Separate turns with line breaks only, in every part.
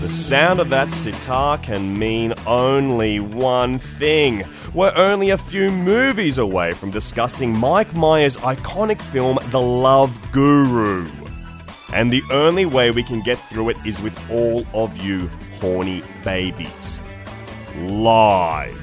The sound of that sitar can mean only one thing. We're only a few movies away from discussing Mike Myers' iconic film, The Love Guru. And the only way we can get through it is with all of you horny babies. Live.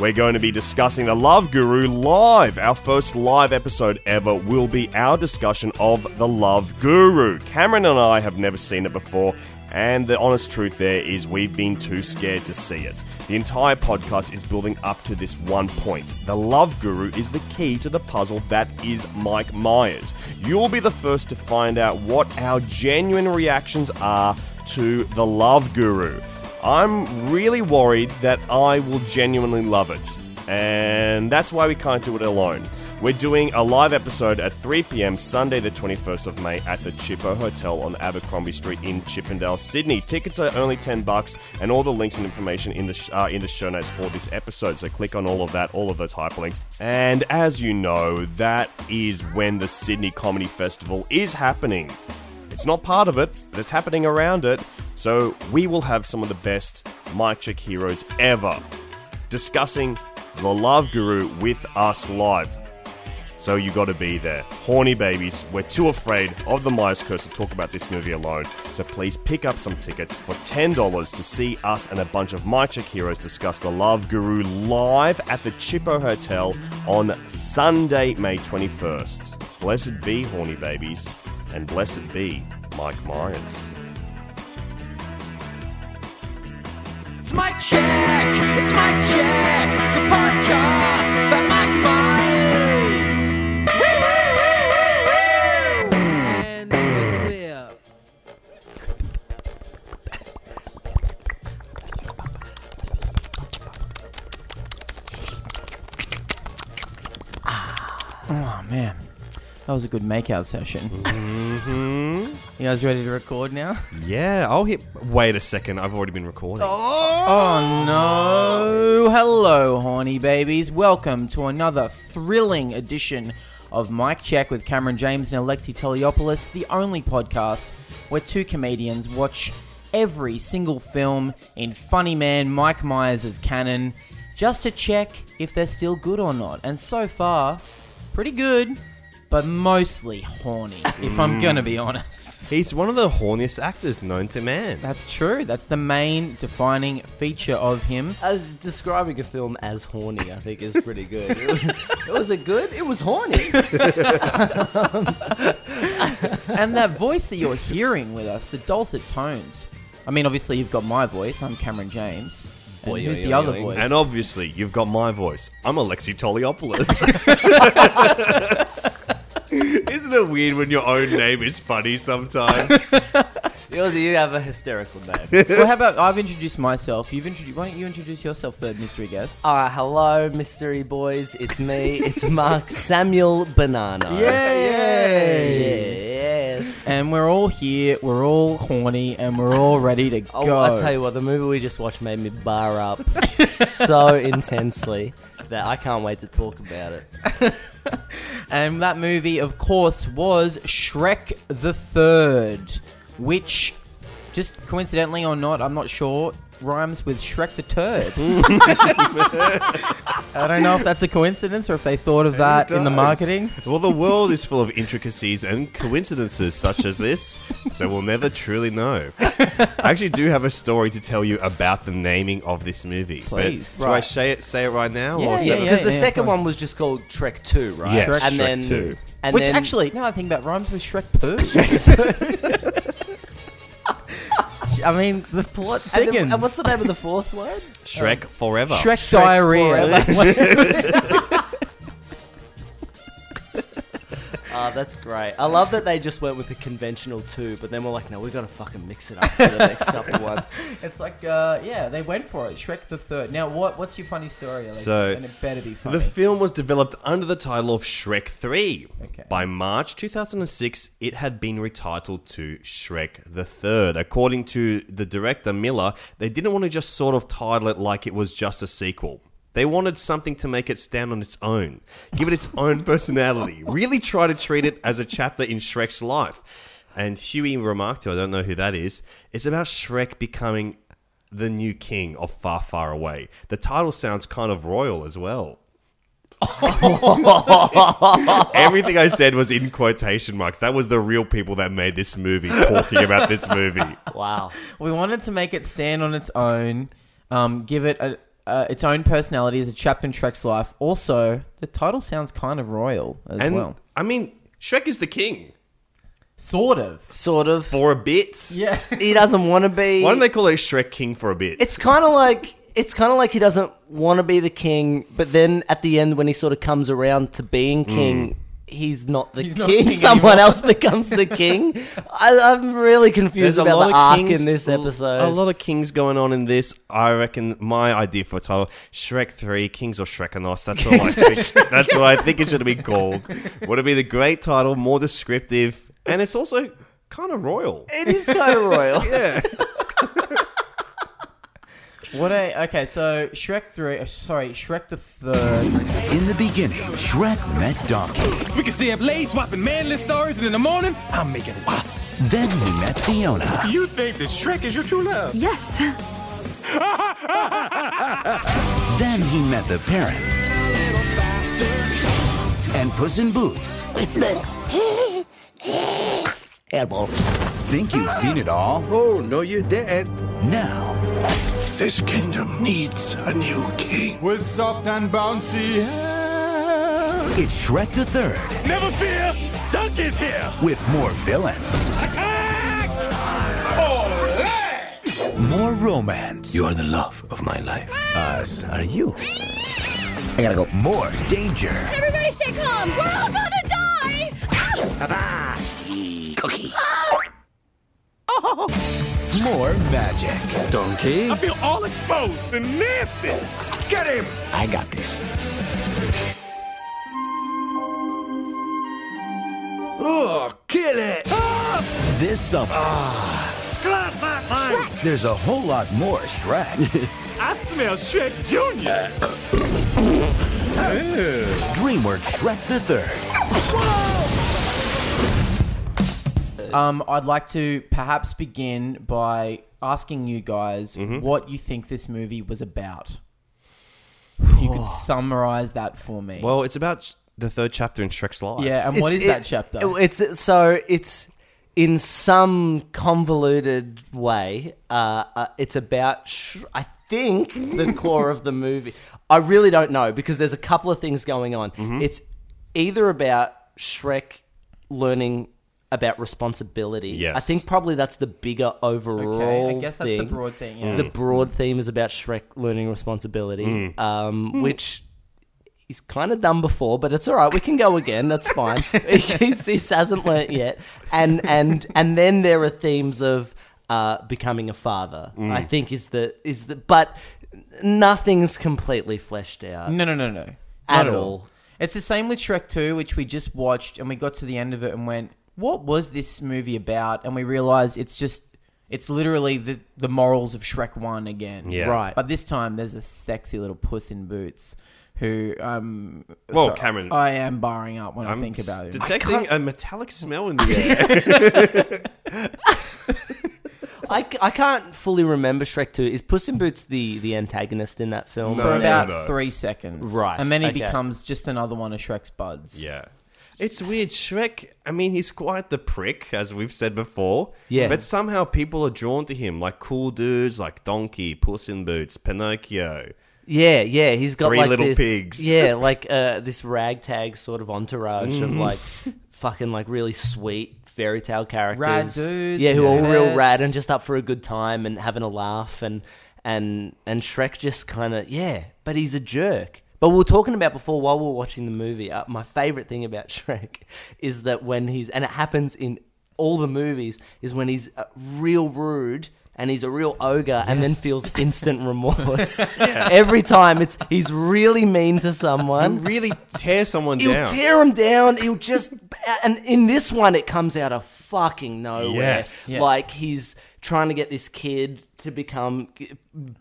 We're going to be discussing The Love Guru live. Our first live episode ever will be our discussion of The Love Guru. Cameron and I have never seen it before, and the honest truth there is we've been too scared to see it. The entire podcast is building up to this one point. The Love Guru is the key to the puzzle that is Mike Myers. You'll be the first to find out what our genuine reactions are to The Love Guru. I'm really worried that I will genuinely love it. And that's why we can't do it alone. We're doing a live episode at 3 pm Sunday, the 21st of May, at the Chippo Hotel on Abercrombie Street in Chippendale, Sydney. Tickets are only 10 bucks, and all the links and information in the sh- uh, in the show notes for this episode. So click on all of that, all of those hyperlinks. And as you know, that is when the Sydney Comedy Festival is happening. It's not part of it, but it's happening around it. So we will have some of the best mic check heroes ever discussing the Love Guru with us live. So you got to be there. Horny babies, we're too afraid of the Myers curse to talk about this movie alone. So please pick up some tickets for ten dollars to see us and a bunch of mic check heroes discuss the Love Guru live at the Chippo Hotel on Sunday, May twenty first. Blessed be horny babies, and blessed be Mike Myers.
It's Mike Check. It's Mike Check. The podcast by Mike Myers. Woo, woo, woo, woo, woo. And we're clear.
Oh man, that was a good makeout session. Mm-hmm. You guys ready to record now?
Yeah, I'll hit. Wait a second, I've already been recording.
Oh no! Hello, horny babies. Welcome to another thrilling edition of Mike Check with Cameron James and Alexi Toliopoulos, the only podcast where two comedians watch every single film in funny man Mike Myers' canon just to check if they're still good or not. And so far, pretty good, but mostly horny, if I'm gonna be honest.
He's one of the horniest actors known to man.
That's true. That's the main defining feature of him.
As describing a film as horny, I think is pretty good. It was, it was a good. It was horny.
And that voice that you're hearing with us, the dulcet tones. I mean, obviously, you've got my voice. I'm Cameron James. And who's the other voice?
And obviously, you've got my voice. I'm Alexi Toliopoulos. Isn't it weird when your own name is funny sometimes?
You you have a hysterical name.
well, how about I've introduced myself. You've introduced. Why don't you introduce yourself, third mystery guest?
All right, Uh, hello, mystery boys. It's me. It's Mark Samuel Banana. Yes.
And we're all here. We're all horny, and we're all ready to go.
Oh, I tell you what, the movie we just watched made me bar up so intensely that I can't wait to talk about it.
And that movie, of course, was Shrek the Third, which just coincidentally or not, I'm not sure, rhymes with Shrek the Turd. I don't know if that's a coincidence or if they thought of that in the
does.
marketing.
Well, the world is full of intricacies and coincidences such as this, so we'll never truly know. I actually do have a story to tell you about the naming of this movie.
Please.
But do I
Right.
say it, say it right now?
Yeah,
or
yeah,
save it?
Because the
yeah,
second
fine.
one was just called Trek 2, right?
Yes,
and
Shrek
then,
2.
And
Which
then,
actually, now that I think about it, rhymes with Shrek Poo. I mean, the plot
And, then-
thickens.
and what's the name of the fourth one?
um,
Shrek Forever.
Shrek, diarrhea.
Ah, that's great. I love that they just went with the conventional two, but then we're like, no, we gotta fucking mix it up for the next couple ones.
it's like, uh, yeah, they went for it. Shrek the third. Now, what? What's your funny story? Alex?
So,
and it better be funny.
The film was developed under the title of Shrek 3.
Okay.
By March 2006, it had been retitled to Shrek the Third. According to the director Miller, they didn't want to just sort of title it like it was just a sequel. They wanted something to make it stand on its own, give it its own personality, really try to treat it as a chapter in Shrek's life. And Huey remarked to, I don't know who that is, it's about Shrek becoming the new king of Far, Far Away. The title sounds kind of royal as well. Everything I said was in quotation marks. That was the real people that made this movie talking about this movie.
Wow.
we wanted to make it stand on its own, um, give it a, uh, its own personality as a chapter in Shrek's life. Also, the title sounds kind of royal as
And
well.
I mean, Shrek is the king
Sort of.
Sort of.
for a bit.
Yeah.
He doesn't wanna be.
Why don't they call it Shrek King for a bit?
It's kind of like it's kind of like he doesn't want to be the king, but then at the end, when he sort of comes around to being king, he's not the
He's
king.
not king
Someone
anymore.
else becomes the king. I, I'm really confused about the arc in this episode.
A lot of kings going on in this. I reckon my idea for a title, Shrek 3, Kings of Shrekanos. That's what I think. That's what I think it should be called. Would it be the great title, more descriptive, and it's also kind of royal.
it is kind of royal.
What a okay. So Shrek three. uh, Sorry, Shrek the third.
In the beginning, Shrek met Donkey.
We can stay up late swapping manly stories, and in the morning, I'm making waffles.
Then he met Fiona.
You think that Shrek is your true love?
Yes.
Then he met the parents. And Puss in Boots. Think you've seen it all? Oh, no, you didn't. Now. This kingdom needs a new king.
With soft and bouncy hands.
It's Shrek the Third
Never fear, Duck is here.
with more villains,
Attack! Oh,
more romance.
are the love of my life.
Us are you. I gotta go. More danger.
Everybody stay calm. We're all gonna die.
More magic. Donkey.
I feel all exposed and nasty. Get him!
I got this.
Oh, kill it! Ah,
This summer,
Scratch that line.
there's a whole lot more Shrek.
I smell Shrek Jr.
DreamWorks Shrek the Third.
Um, I'd like to perhaps begin by asking you guys
Mm-hmm.
what you think this movie was about. If you could summarize that for me.
Well, it's about sh- the third chapter in Shrek's life.
yeah, and what is
It's-
that
it-
chapter?
It's so it's in some convoluted way. Uh, uh, it's about sh- I think the core of the movie. I really don't know because there's a couple of things going on.
Mm-hmm.
It's either about Shrek learning about responsibility.
Yes.
I think probably that's the bigger overall.
Okay, I guess that's the
thing.
broad thing, yeah. Mm.
The broad theme is about Shrek learning responsibility, um,
Mm.
which he's kind of done before, but it's all right. We can go again. That's fine. he's, he hasn't learnt yet, and and and then there are themes of uh, becoming a father.
Mm.
I think is the is the but nothing's completely fleshed out
no, no, no, no. Not
at all.
It's the same with Shrek 2, which we just watched and we got to the end of it and went, what was this movie about? And we realized it's just, it's literally the, the morals of Shrek 1 again.
Yeah.
Right.
But this time there's a sexy little puss in boots who um
Well,
so
Cameron,
I am barring up when i
I'm
think
s-
about it.
detecting a metallic smell in the air.
I, I can't fully remember Shrek 2. Is Puss in Boots the, the antagonist in that film?
for about three seconds.
Right,
And then he
okay.
becomes just another one of Shrek's buds.
Yeah. It's weird. Shrek, I mean, he's quite the prick, as we've said before.
Yeah.
But somehow people are drawn to him, like cool dudes like Donkey, Puss in Boots, Pinocchio.
Yeah, yeah, he's got
Three
like
little
this,
pigs.
Yeah, like uh, this ragtag sort of entourage
Mm.
of like fucking like really sweet fairy tale characters.
dudes,
yeah, who are all real
nerds.
rad and just up for a good time and having a laugh and and and Shrek just kind of yeah, but he's a jerk. But we were talking about before while we were watching the movie. Uh, my favorite thing about Shrek is that when he's and it happens in all the movies is when he's uh, real rude and he's a real ogre and then feels instant remorse. Every time it's he's really mean to someone.
Really tear someone
He'll
down.
tear him down. He'll just and in this one it comes out of fucking nowhere.
Yes.
Yeah.
Like he's trying to get this kid to become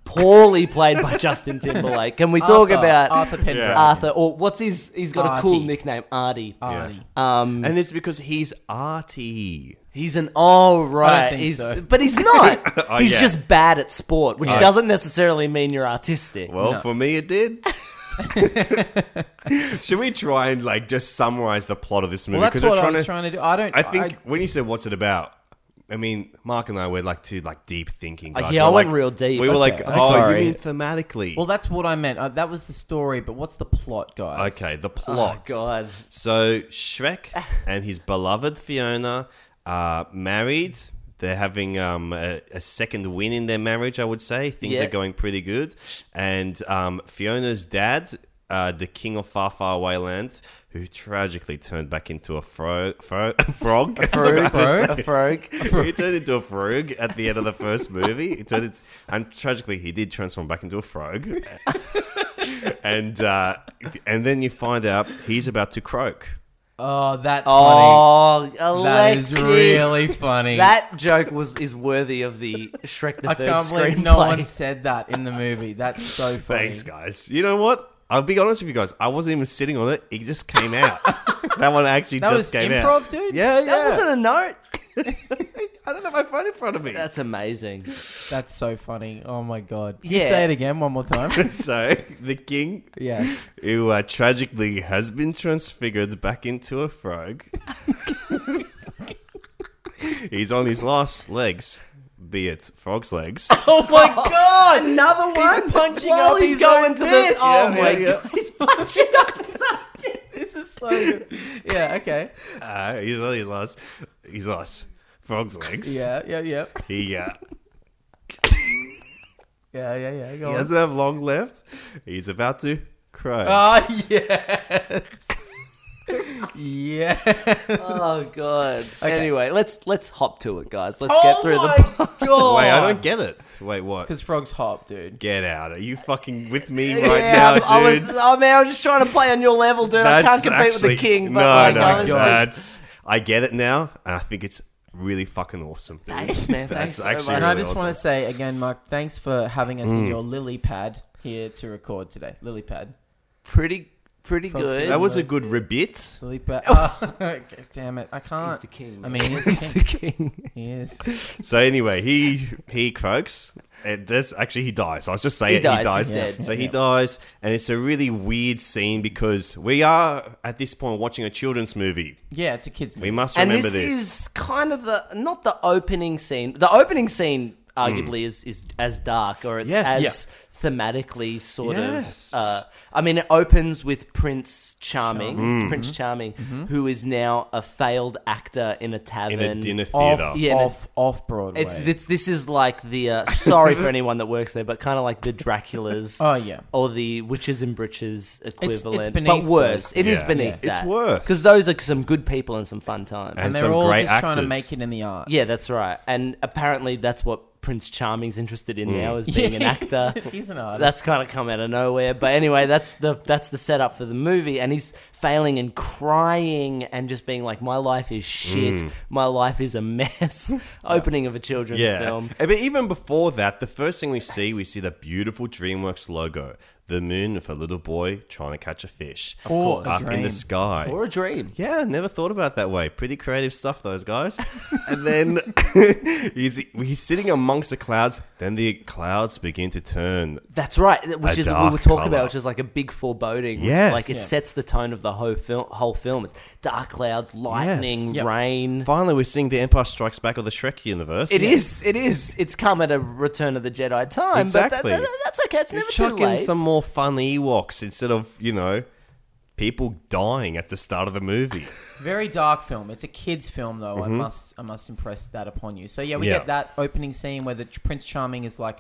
poorly played by Justin Timberlake. Can we talk
Arthur-
about
Arthur Pendragon.
Arthur or what's his? He's got a cool
Artie.
nickname, Artie.
Artie.
Um,
and it's because he's arty.
He's an oh right,
think
he's
so.
but he's not.
Oh,
he's
yeah.
just bad at sport, which doesn't necessarily mean you're artistic.
Well, for me, it did. Should we try and like just summarize the plot of this movie?
Well, that's
'Cause we're
what I was trying to do. I don't-
I think
I-
when you said what's it about, I mean, Mark and I were like two like deep thinking.
Uh,
Guys.
yeah,
We're
I went
like-
real deep.
We were
Okay,
like,
I'm
oh,
sorry.
you mean thematically?
Well, that's what I meant. Uh, that was the story, but what's the plot, guys?
okay, the plot.
Oh, God.
So Shrek and his beloved Fiona are married. They're having um, a, a second win in their marriage, I would say. Things
Yeah.
are going pretty good. And um, Fiona's dad, uh, the king of far, far away land, who tragically turned back into a fro- fro- frog. A
Frog, a frog.
he turned into a frog at the end of the first movie. He turned into, and tragically, he did transform back into a frog. and uh, and then you find out he's about to croak.
Oh, that's
Oh,
funny. That is
Alexi.
really funny.
That joke was is worthy of the Shrek the
I
Third
can't
screenplay.
believe no one said that in the movie. That's so funny.
Thanks, guys. You know what? I'll be honest with you guys. I wasn't even sitting on it. It just came out. that one actually
That
just
was
came
improv,
out.
dude?
Yeah, yeah.
That wasn't a note.
I don't have my phone in front of me.
That's amazing.
That's so funny. Oh my god. Can You
Yeah.
say it again one more time.
so the king,
yes.
who uh, tragically has been transfigured back into a frog, he's on his last legs. Be it frog's legs.
Oh my god! Another one punching
up
he's
his
going
own
to the
bit.
Yeah,
Oh my
yeah, yeah.
god! He's punching up his own bit.
This is so good. Yeah, okay.
Uh, he's on his last. He's last frog's legs.
Yeah, yeah, yeah.
He uh,
Yeah, yeah, yeah. Go
he
on.
doesn't have long left. He's about to cry.
Ah, yes. yeah.
Oh god. Anyway, let's let's hop to it, guys. Let's
Oh
get through the
my
Oh.
god.
Wait, I don't get it. Wait, what?
Because frogs hop, dude.
Get out. Are you fucking with me
Yeah,
right now, dude?
I'm- I was, I mean, I was just trying to play on your level, dude. I
That's
can't compete with the
actually-
king, but
no,
like,
no,
I was just,
that's, I get it now, and I think it's really fucking awesome, dude.
Thanks, man.
That's
Thanks so
actually
much.
And I
really
just
awesome. Mm.
want to say again, Mark, thanks for having us in your lily pad here to record today. Lily pad.
pretty, pretty
Frogs
good.
That was a good rebit.
Lily pad. Oh, okay, damn it. I can't.
the king,
I mean, he is
He's
the
the
king.
king.
He is.
So anyway, he he croaks. And this actually he dies. I was just saying
He
it,
dies,
he dies.
he's dead.
So he dies, and it's a really weird scene because we are at this point watching a children's movie.
Yeah, it's a kid's movie.
We must
and
remember
this, is kind of the not the opening scene. The opening scene arguably is is as dark or it's
Mm. Yes.
as
Yeah.
thematically sort
Yes.
of. Uh, I mean, it opens with Prince Charming.
Mm-hmm.
It's Prince Charming who is now a failed actor in a
in
tavern.
a dinner
off,
theater.
Yeah, and
off, off Broadway.
It's, it's this is like the uh, sorry for anyone that works there, but kind of like the Dracula's.
Oh, yeah.
or the Witches in Breeches equivalent, but
beneath
worse. It is
Yeah.
beneath
Yeah. It's
that.
worse.
because those are some good people and some fun times.
And
and they're
some
all
great
just trying to
actors.
make it in the arts.
Yeah, that's right. And apparently, that's what Prince Charming's interested in now is being an
Yeah,
actor.
he's- he's an artist.
That's kind of come out of nowhere. But anyway, that's the that's the setup for the movie, and he's failing and crying and just being like, "My life is shit. My life is a mess." Opening of a children's film.
Eh, Uh, But even before that, the first thing we see, we see the beautiful DreamWorks logo. the moon with a little boy trying to catch a fish.
Of Or course. a
Up in
dream.
the sky.
Or a dream.
Yeah, never thought about it that way. Pretty creative stuff, those guys. and then he's, he's sitting amongst the clouds. Then the clouds begin to turn.
That's right, which
a
is we
dark
were talking
colour.
about, which is like a big foreboding. Which
Yes.
like it
Yeah.
sets the tone of the whole film. Whole film. It's dark clouds, lightning,
Yes.
rain.
Finally, we're seeing the Empire Strikes Back of the Shrek universe.
It is. It is. It's come at a Return of the Jedi time, but
Exactly.
that, that, that's okay. It's never too
Chuck in
late.
some more fun Ewoks instead of, you know, people dying at the start of the movie.
Very dark film. It's a kids' film, though. I
Mhm.
must, I must impress that upon you. So yeah, we
Yeah.
get that opening scene where the Ch- Prince Charming is like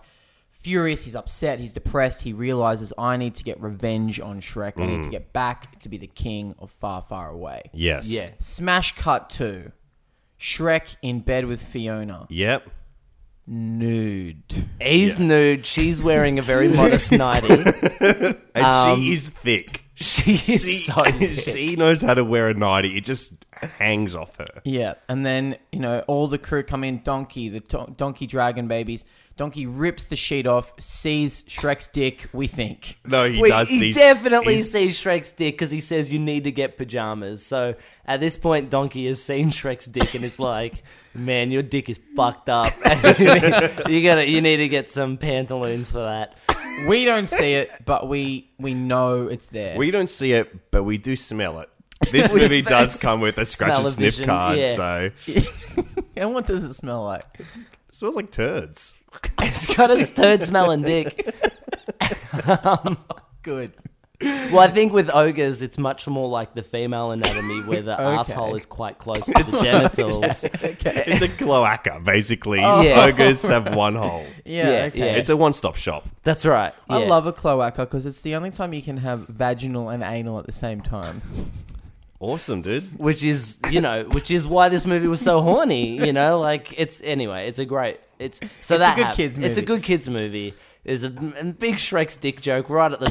furious. He's upset. He's depressed. He realizes I need to get revenge on Shrek. I need
Mm.
to get back to be the king of far, far away.
Yes.
Yeah. Smash cut two. Shrek in bed with Fiona.
Yep.
Nude.
He's nude. She's wearing a very modest nightie,
And
Um,
she is thick.
She is so
she knows how to wear a nightie. It just hangs off her.
Yeah, and then you know all the crew come in. Donkey, the to- donkey dragon babies. Donkey rips the sheet off, sees Shrek's dick. We think.
No, he
We-
does.
He
see-
definitely
he's-
sees Shrek's dick because he says you need to get pajamas. So at this point, Donkey has seen Shrek's dick and is like, "Man, your dick is fucked up. you gotta, you need to get some pantaloons for that."
We don't see it, but we we know it's there.
We don't see it, but we do smell it. This
We
movie
sm-
does come with a scratch and sniff
smell-o-vision,
card,
yeah.
so
and what does it smell like? It
smells like turds.
It's got his third smelling dick. Um,
Good.
well, I think with ogres, it's much more like the female anatomy, where the
Okay.
asshole is quite close to the genitals.
It's a cloaca, basically.
Oh. Yeah.
Ogres have one hole.
Yeah, Yeah, okay. yeah.
It's a one stop shop.
That's right.
I
yeah.
love a cloaca because it's the only time you can have vaginal and anal at the same time.
Awesome, dude.
which is you know which is why this movie was so horny you know like it's anyway it's a great it's so
It's a
that
good
hap-
kids
it's a
movie.
good kids movie there's a m- big Shrek's dick joke right at the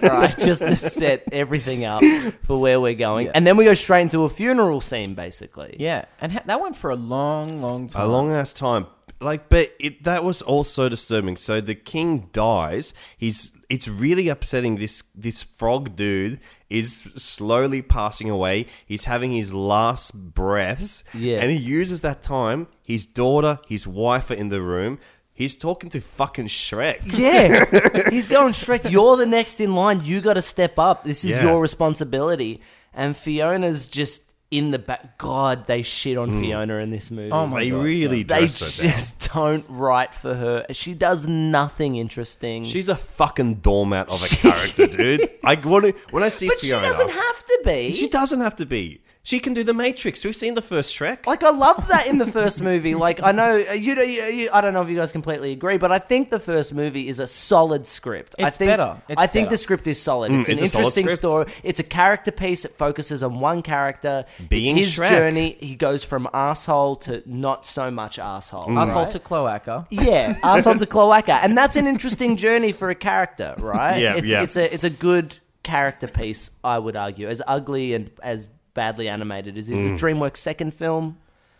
top right just to set everything up for where we're going
Yeah.
and then we go straight into a funeral scene basically
Yeah, and ha- that went for a long, long time.
A long ass time. Like, but it that was also disturbing. So the king dies. He's it's really upsetting. This this frog dude is slowly passing away. He's having his last breaths.
Yeah.
And he uses that time. His daughter, his wife are in the room. He's talking to fucking
Oh
Shrek.
yeah he's going Shrek you're the next in line you got to step up this is
Yeah.
your responsibility and Fiona's just in the back god they shit on Fiona in this movie
Oh my
They
God,
really
they
dress her Hmm. down.
just don't write for her. She does nothing interesting.
She's a fucking doormat of a character, dude. I when, I- when I see
but
Fiona,
she doesn't have to be.
She doesn't have to be. She can do the Matrix. We've seen the first Shrek.
like I loved that in the first movie. Like I know uh, you, know- you, you I don't know if you guys completely agree, but I think the first movie is a solid script. I
It's
think
better. It's
I think
better.
the script is solid.
Mm,
it's an
it's a solid
interesting
script.
story. It's a character piece. It focuses on one character.
Being
it's his
Shrek.
journey. He goes from asshole to not so much asshole.
Mm.
Asshole
right?
to cloaca.
Yeah, arsehole's a cloaca, and that's an interesting journey for a character, right?
Yeah,
it's,
yeah.
It's a it's a good character piece, I would argue. As ugly and as badly animated as is a
Mm.
DreamWorks' second film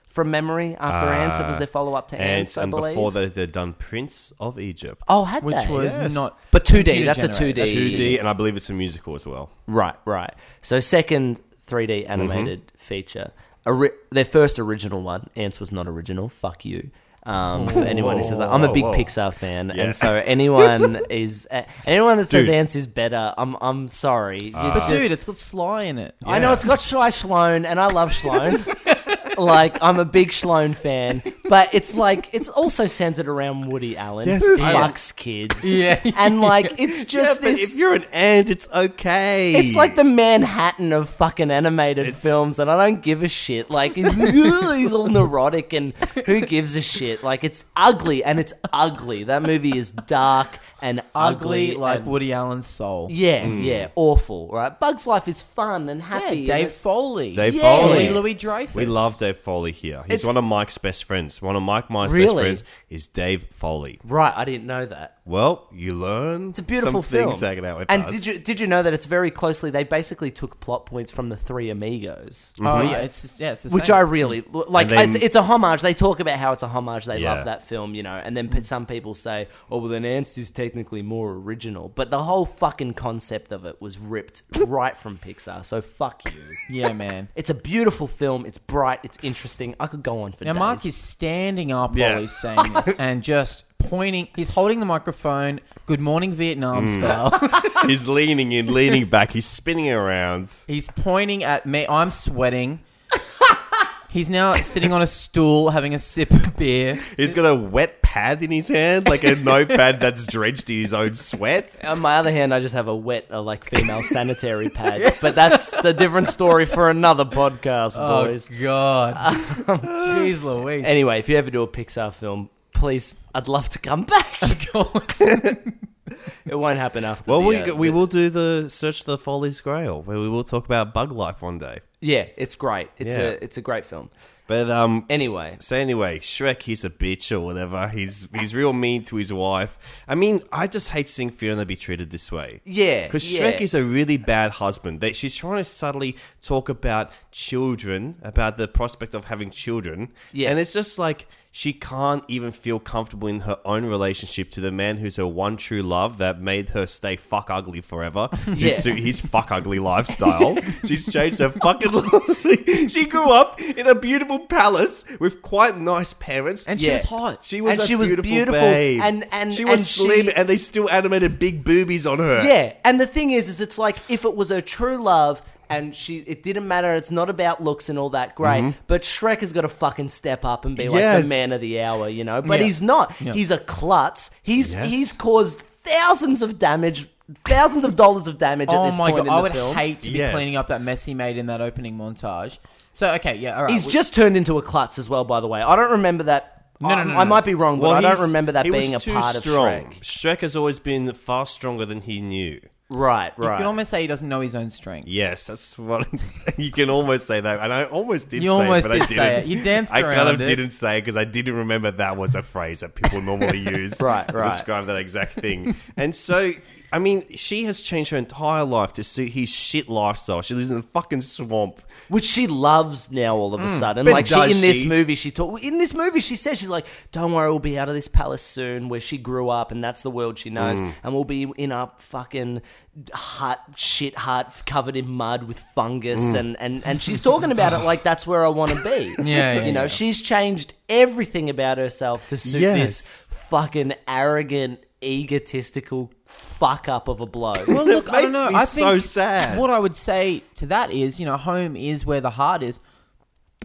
from memory after Ants, it was their follow up to Ants,
Uh, and,
I
and
believe.
before that, they'd done Prince of Egypt.
oh, had
Which
they?
was
Yes.
not.
But 2D.
computer
That's a
generated.
2D.
2D, and I believe it's a musical as well.
Right, right. So second 3D animated
Mm-hmm.
feature, Ori- their first original one. Ants was not original. Fuck you. Um, for anyone who says that, I'm a big
Whoa, whoa.
Pixar fan,
Yeah.
and so anyone is uh, anyone that says
Dude. Uh,
Ants is better, I'm I'm sorry. You
But
just-
dude, it's got Sly in it.
I know it's got Shy Sloan, and I love Sloan. like I'm a big Sloan fan, but it's like it's also centered around Woody Allen.
Yes,
who
I-
fucks kids.
Yeah.
and like it's just this.
you're an ant, it's okay.
It's like the Manhattan of fucking animated
It's-
films, and I don't give a shit. Like he's, he's all neurotic, and who gives a shit? Like it's ugly, and it's ugly. That movie is dark and ugly,
Ugly like
and-
Woody Allen's soul.
yeah,
mm.
yeah, awful. Right? Bugs Life is fun and happy.
Yeah,
and
Dave
it's-
Foley.
Dave
Yeah.
Foley.
Louis Dreyfus.
We love Dave Foley here. He's
It's-
one of Mike's best friends. friends, one of Mike Myers' best
Really?
friends, is Dave Foley.
Right, I didn't know that.
Well, you learn.
It's a beautiful
some things
film.
hanging out with
and
us.
did you did you know that it's very closely? They basically took plot points from the Three Amigos.
Oh, Mhm. yeah, it's just- yeah, it's the
Mm-hmm. which
same.
I really like.
And then-
it's, it's a homage. They talk about how it's a homage. They
Yeah.
love that film, you know. And then
Mm.
p- some people say, "Oh, well, then Ants is technically more original." But the whole fucking concept of it was ripped right from Pixar. So fuck you.
Yeah, man.
It's a beautiful film. It's bright. It's interesting. I could go on for
Now,
days.
Mark is standing up
Yeah.
while he's saying this and just pointing. He's holding the microphone, Good Morning
Hmm.
Vietnam
Mm.
style.
He's leaning in, leaning back. He's spinning around.
he's pointing at me. I'm sweating. he's now sitting on a stool having a sip of beer.
He's got a wet pad in his hand, like a notepad that's drenched in his own sweat.
On my other hand, I just have a wet, uh, like female sanitary pad. But that's the different story for another podcast,
Oh,
boys.
God.
Um,
Jeez Louise.
Anyway, if you ever do a Pixar film, please, I'd love to come back. Of course. it won't happen after.
Well,
the,
we
uh,
we
the-
will do the search for the Foley's Grail, where we will talk about bug life one day.
Yeah, it's great. It's
Yeah.
a it's a great film.
But um,
Anyway.
s- so anyway, Shrek he's a bitch or whatever. He's he's real mean to his wife. I mean, I just hate seeing Fiona be treated this way.
Yeah,
because
yeah.
Shrek is a really bad husband. That she's trying to subtly talk about children, about the prospect of having children.
Yeah.
and it's just like. She can't even feel comfortable in her own relationship to the man who's her one true love that made her stay fuck ugly forever to
Yeah.
suit his fuck ugly lifestyle. She's changed her fucking life. she grew up in a beautiful palace with quite nice parents,
And she Yeah. was hot.
She was
And
a
she was
beautiful,
beautiful,
babe.
and- and-
she was
and she-
slim, and they still animated big boobies on her.
Yeah, and the thing is, is it's like if it was her true love. And she, it didn't matter. It's not about looks and all that great.
Mm-hmm.
Mhm.
But Shrek has got to fucking step up and be like
Yes.
the man of the hour, you know. But
Yeah.
he's not.
Yeah.
He's a klutz. He's
Yes.
he's caused thousands of damage, thousands of dollars of damage at
Oh
this
my god,
point in
I
the
would
film.
hate to be cleaning up that mess he made in that opening montage. So okay, yeah, all right.
He's
we-
just turned into a klutz as well, by the way. I don't remember that. No,
no, no, no,
I
no.
might be wrong, but I don't remember that
he was
being a
too
part
strong.
of Shrek.
Shrek has always been far stronger than he knew.
Right,
you can almost say he doesn't know his own strength.
Yes, that's what you can almost say that, and I almost did.
You
say
almost
it, but
did
I
say
didn't.
it. You danced
I kind of
around it.
didn't say it because I didn't remember that was a phrase that people normally use.
Right,
to
right.
Describe that exact thing. and so, I mean, she has changed her entire life to suit his shit lifestyle. She lives in a fucking swamp,
which she loves now. All of a sudden,
But
like she
does
in this
she?
movie, she talk in this movie she says she's like, "Don't worry, we'll be out of this palace soon, where she grew up, and that's the world she knows,
Mm.
and we'll be in our fucking hut, shit hut, covered in mud with fungus,
Mm.
and and and she's talking about it like that's where I want to be.
Yeah, yeah,
you know,
yeah.
she's changed everything about herself to suit this fucking arrogant, egotistical fuck up of a bloke.
Well, look, I don't know. I think
sad.
What I would say to that is, you know, home is where the heart is,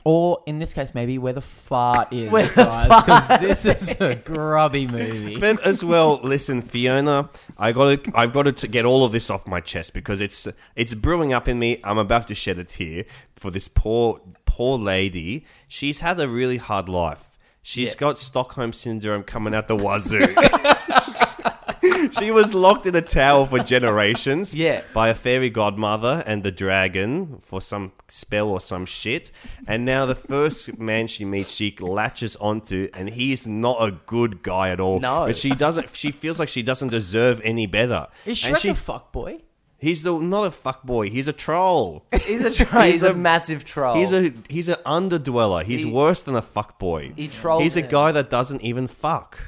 or in this case, maybe where the fart is,
Where
guys.
the
Because
fart
this is a grubby movie.
But as well, listen, Fiona, I got to, I've got to get all of this off my chest because it's it's brewing up in me. I'm about to shed a tear for this poor poor lady. She's had a really hard life. She's got Stockholm syndrome coming out the wazoo. she was locked in a tower for generations yeah. by a fairy godmother and the dragon for some spell or some shit. And now the first man she meets, she latches onto, and he's not a good guy at all.
No.
But she doesn't. She feels like she doesn't deserve any better.
Is
and
Shrek
she,
a fuck boy?
He's the not a fuck boy. He's a troll.
He's a troll. He's, a, massive troll.
He's a he's an underdweller. He's
Oh. He-
worse than a fuck boy.
He trolls
He's a
them.
guy that doesn't even fuck.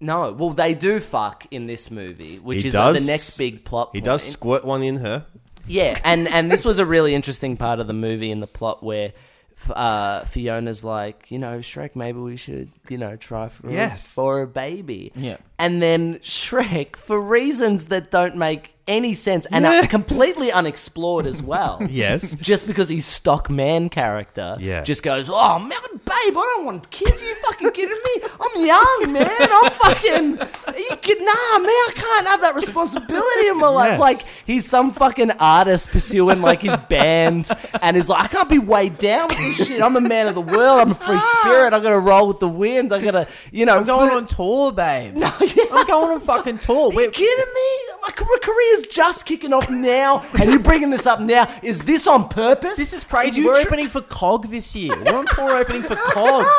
No, well, they do fuck in this movie, which
He
is like,
does-
the next big plot.
He
point.
does squirt one in her.
yeah, and and this was a really interesting part of the movie in the plot where. f- Uh, Fiona's like, you know, Shrek, maybe we should, you know, try for,
Yes.
for a baby.
Yeah.
And then Shrek, for reasons that don't make any sense and are
Yes.
completely unexplored as well.
Yes.
Just because he's stock man character
Yeah.
just goes, oh, man, babe, I don't want kids. Are you fucking kidding me? I'm young, man. I'm fucking. Are you kidding? Nah, man, I can't have that responsibility in my life.
Yes.
Like, he's some fucking artist pursuing, like, his band and is like, I can't be weighed down with this shit. I'm a man of the world. I'm a free spirit. I gotta roll with the wind. I gotta, you know.
I'm going on tour, babe. I'm going on fucking tour.
Are you kidding me? My car- career's just kicking off now, and you're bringing this up now. Is this on purpose? This is
Crazy. We're opening for Cog this year. We're on tour opening for Cog.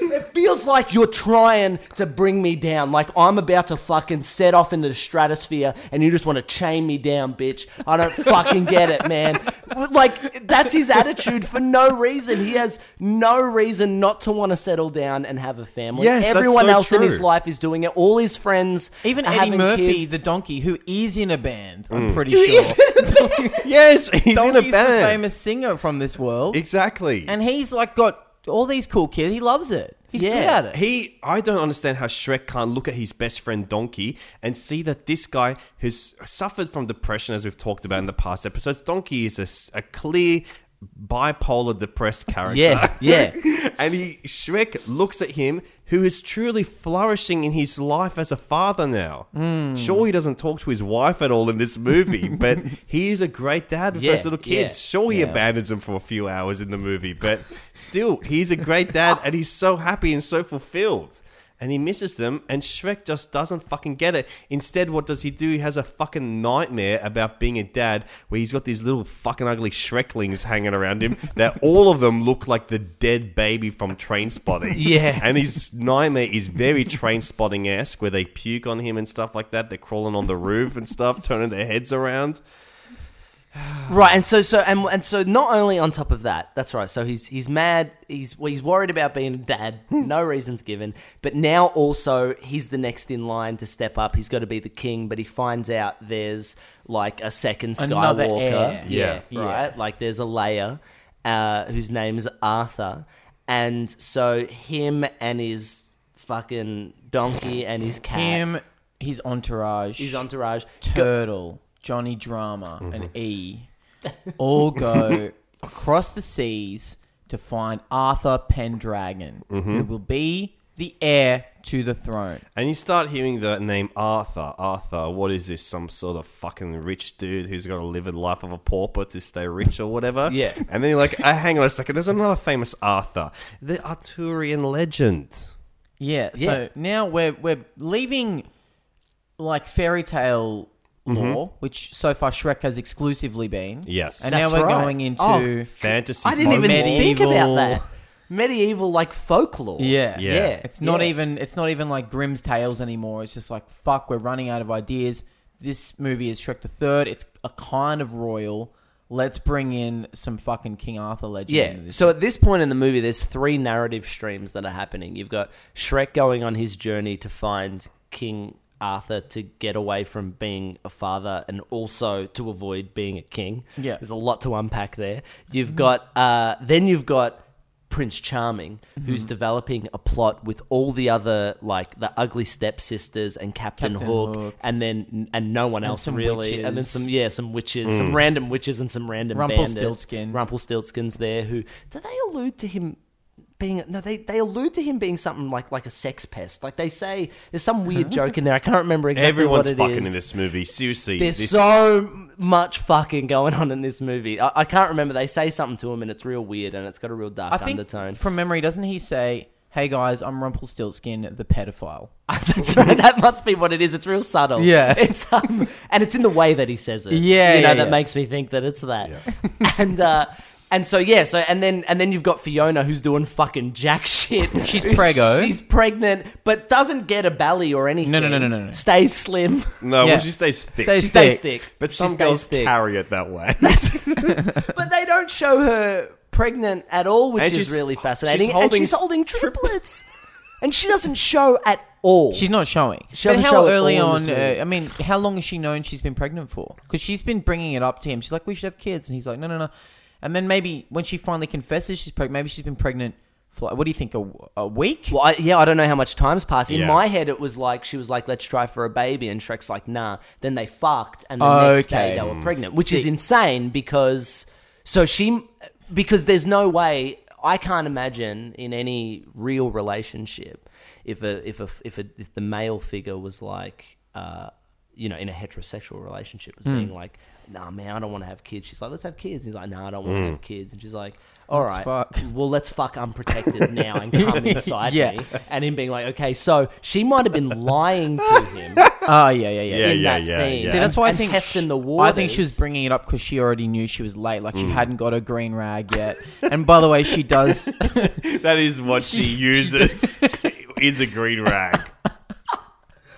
It feels like you're trying to bring me down. Like I'm about to fucking set off into the stratosphere and you just want to chain me down, bitch. I don't fucking get it, man. Like that's his attitude for no reason. He has no reason not to want to settle down and have a family.
Yes, that's
Everyone
so
else in his
true.
life is doing it. All his friends,
Even
are
Eddie
having
Murphy,
kids.
the donkey, who is in a band, I'm
Mm.
pretty
Who
sure.
is
yes, he's
Donkey's
in a
the
band.
famous singer from this world.
Exactly.
And he's like got all these cool kids. He loves it. He's good at it.
He, I don't understand how Shrek can't look at his best friend Donkey and see that this guy who's suffered from depression, as we've talked about in the past episodes, Donkey is a s- a, clear bipolar depressed character.
Yeah, yeah.
and he Shrek looks at him, who is truly flourishing in his life as a father now.
Mm.
Sure, he doesn't talk to his wife at all in this movie, but he is a great dad with
Yeah,
those little kids.
yeah,
sure, he
yeah.
abandons them for a few hours in the movie, but still, he's a great dad and he's so happy and so fulfilled. And he misses them, and Shrek just doesn't fucking get it. Instead, what does he do? He has a fucking nightmare about being a dad where he's got these little fucking ugly Shreklings hanging around him that all of them look like the dead baby from Train Spotting.
Yeah.
And his nightmare is very train spotting esque, where they puke on him and stuff like that. They're crawling on the roof and stuff, turning their heads around.
Right, and so so and and so not only on top of that, that's right. So he's he's mad. He's well, he's worried about being a dad. No reasons given, but now also he's the next in line to step up. He's got to be the king, but he finds out there's like a second
Another
Skywalker.
heir. Yeah.
right. Like there's a layer uh, whose name is Arthur, and so him and his fucking donkey and his cat.
Him, his entourage, his
entourage,
Turtle, Johnny Drama, and E, all go across the seas to find Arthur Pendragon, who
Mhm.
will be the heir to the throne.
And you start hearing the name Arthur. Arthur, what is this? Some sort of fucking rich dude who's got to live a life of a pauper to stay rich or whatever?
Yeah.
And then you're like, "Ah, hang on a second, there's another famous Arthur, the Arturian legend.
Yeah. So
Yeah.
now we're we're leaving like fairy tale lore, which so far Shrek has exclusively been.
Yes.
And
That's
now we're
right.
going into
Oh,
fantasy.
I didn't even think
medieval-
about that. Medieval like folklore.
Yeah.
yeah.
It's not
Yeah.
even it's not even like Grimm's Tales anymore. It's just like fuck, we're running out of ideas. This movie is Shrek the Third. It's a kind of royal. Let's bring in some fucking King Arthur legend.
Yeah.
into this.
So at this point in the movie, there's three narrative streams that are happening. You've got Shrek going on his journey to find King Arthur to get away from being a father and also to avoid being a king.
Yeah.
There's a lot to unpack there. You've got uh, then you've got Prince Charming, who's
Mhm.
developing a plot with all the other like the ugly stepsisters and Captain,
Captain
Hook,
Hook.
and then and no one
And
else
some
really, and then
witches.
some yeah some witches,
Mm.
some random witches and some random bandits.
Rumpelstiltskin.
Rumpelstiltskin's there who do they allude to him being no they they allude to him being something like like a sex pest like they say there's some weird joke in there I can't remember exactly
Everyone's
what it
fucking
is.
in this movie. Seriously.
There's
this-
so much fucking going on in this movie. I, I can't remember. They say something to him and it's real weird and it's got a real dark
I think
undertone.
from memory, doesn't he say, "Hey guys, I'm Rumpelstiltskin, the pedophile."
That's right. That must be what it is. It's real subtle.
Yeah.
It's um, and it's in the way that he says it.
Yeah,
You know
yeah,
that
yeah.
makes me think that it's that. and uh and so yeah, so and then and then you've got Fiona who's doing fucking jack shit.
She's prego.
She's pregnant, but doesn't get a belly or anything.
No, no, no, no, no, no.
Stays slim.
No,
Yeah.
well, she stays thick.
Stays
she stays
thick.
thick. But
She
some
stays
girls
thick.
carry it that way.
but they don't show her pregnant at all, which
And
is
she's-
really
she's
fascinating. and
holding
she's holding triplets, and she doesn't show at all.
She's not showing.
She doesn't
but how
show at
early
all in
on?
this movie.
Uh, I mean, how long has she known she's been pregnant for? Because she's been bringing it up to him. She's like, "We should have kids," and he's like, "No, no, no." And then maybe when she finally confesses she's pregnant, maybe she's been pregnant for like, what do you think a, a week?
Well, I, yeah, I don't know how much time's passed. In
Yeah.
my head, it was like she was like, "Let's try for a baby," and Shrek's like, "Nah." Then they fucked, and the next day
Okay.
they were
Mm.
pregnant, which is
See-
insane because so she because there's no way I can't imagine in any real relationship if a if a if a if the male figure was like. Uh, you know, in a heterosexual relationship was
Hmm.
being like, nah, man, I don't want to have kids. She's like, let's have kids. And he's like, nah, I don't want to
Mm.
have kids. And she's like, all
Let's
right, well, let's fuck unprotected now and come inside
Yeah.
me. And him being like, okay, so she might have been lying to him.
Oh yeah, yeah, yeah.
Yeah, In yeah, that yeah, scene. yeah.
See, that's why I
And
think
testing the
I think she was
waters.
bringing it up because she already knew she was late. Like she
Mm.
hadn't got her green rag yet. and by the way, she does.
that is what she uses is a green rag.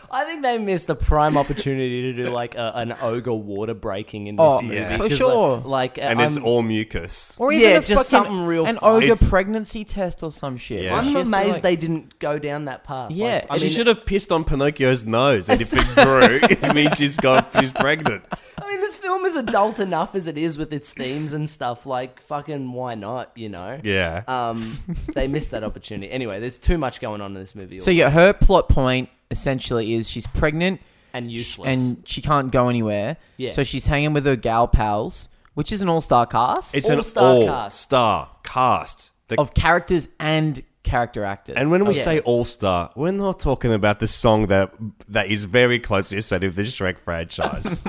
I think they missed a prime opportunity to do like a, an ogre water breaking in this
Oh,
movie.
yeah. for
'Cause, uh,
sure.
Like, uh,
and it's
I'm-
all mucus.
Or even
yeah,
a
just
fucking-
something real.
An
fun.
ogre
It's-
pregnancy test or some shit.
Yeah.
I'm
It's just
amazed
like-
they didn't go down that path. Like,
Yeah,
I
she
mean,
should have pissed on Pinocchio's nose, and if it grew, it means she's got she's pregnant.
I mean, this film is adult enough as it is with its themes and stuff. Like, fucking, why not? You know?
Yeah.
Um, they missed that opportunity. Anyway, there's too much going on in this movie.
So yeah, her plot point essentially is she's pregnant
And
sh-
useless.
and she can't go anywhere.
Yeah.
So she's hanging with her gal pals, which is an all-star cast.
It's an all-star cast. The-
of characters and character actors.
and when we
Yeah.
say all-star, we're not talking about the song that that is very closely associated with the Shrek franchise.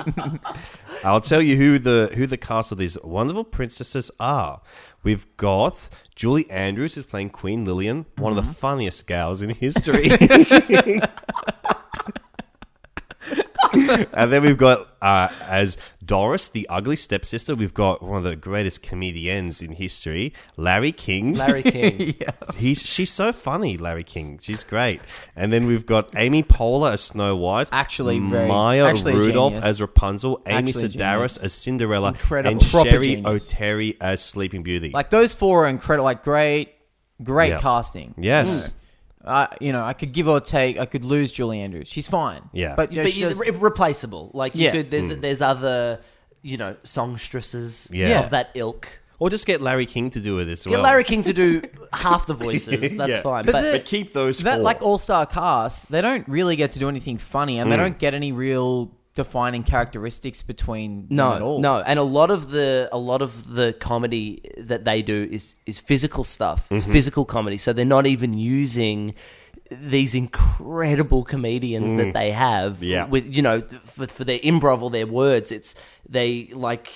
I'll tell you who the who the cast of these wonderful princesses are. We've got Julie Andrews who's playing Queen Lillian, one of the funniest gals in history. and then we've got uh, as Doris, the ugly stepsister. We've got one of the greatest comedians in history, Larry King.
Larry King.
yeah.
He's she's so funny, Larry King. She's great. And then we've got Amy Poehler as Snow White,
Actually very-
Maya
actually a
Rudolph
genius.
as Rapunzel, Amy
Actually a
Sedaris
genius.
as Cinderella,
Incredible.
and
Proper
Sherry
genius.
O'Terry as Sleeping Beauty.
like those four are incredible. Like great, great
Yeah.
casting.
Yes.
Mm. I- you know, I could give or take. I could lose Julie Andrews. She's fine.
Yeah.
But, you know,
but
she
you-
does-
re- replaceable. Like, you
Yeah.
could, there's there's other, you know, songstresses
Hmm. Yeah.
of that ilk.
or just get Larry King to do it as well.
Get Larry King to do half the voices. That's
Yeah.
fine.
But
But,
the-
But keep those
that
four.
like all star cast, they don't really get to do anything funny, and they
Mm.
don't get any real defining characteristics between them at
no,
all.
no, and a lot of the a lot of the comedy that they do is is physical stuff. It's
Mhm.
physical comedy, so they're not even using these incredible comedians
Mm.
that they have.
Yeah.
with you know th- for, for their improv or their words, it's they like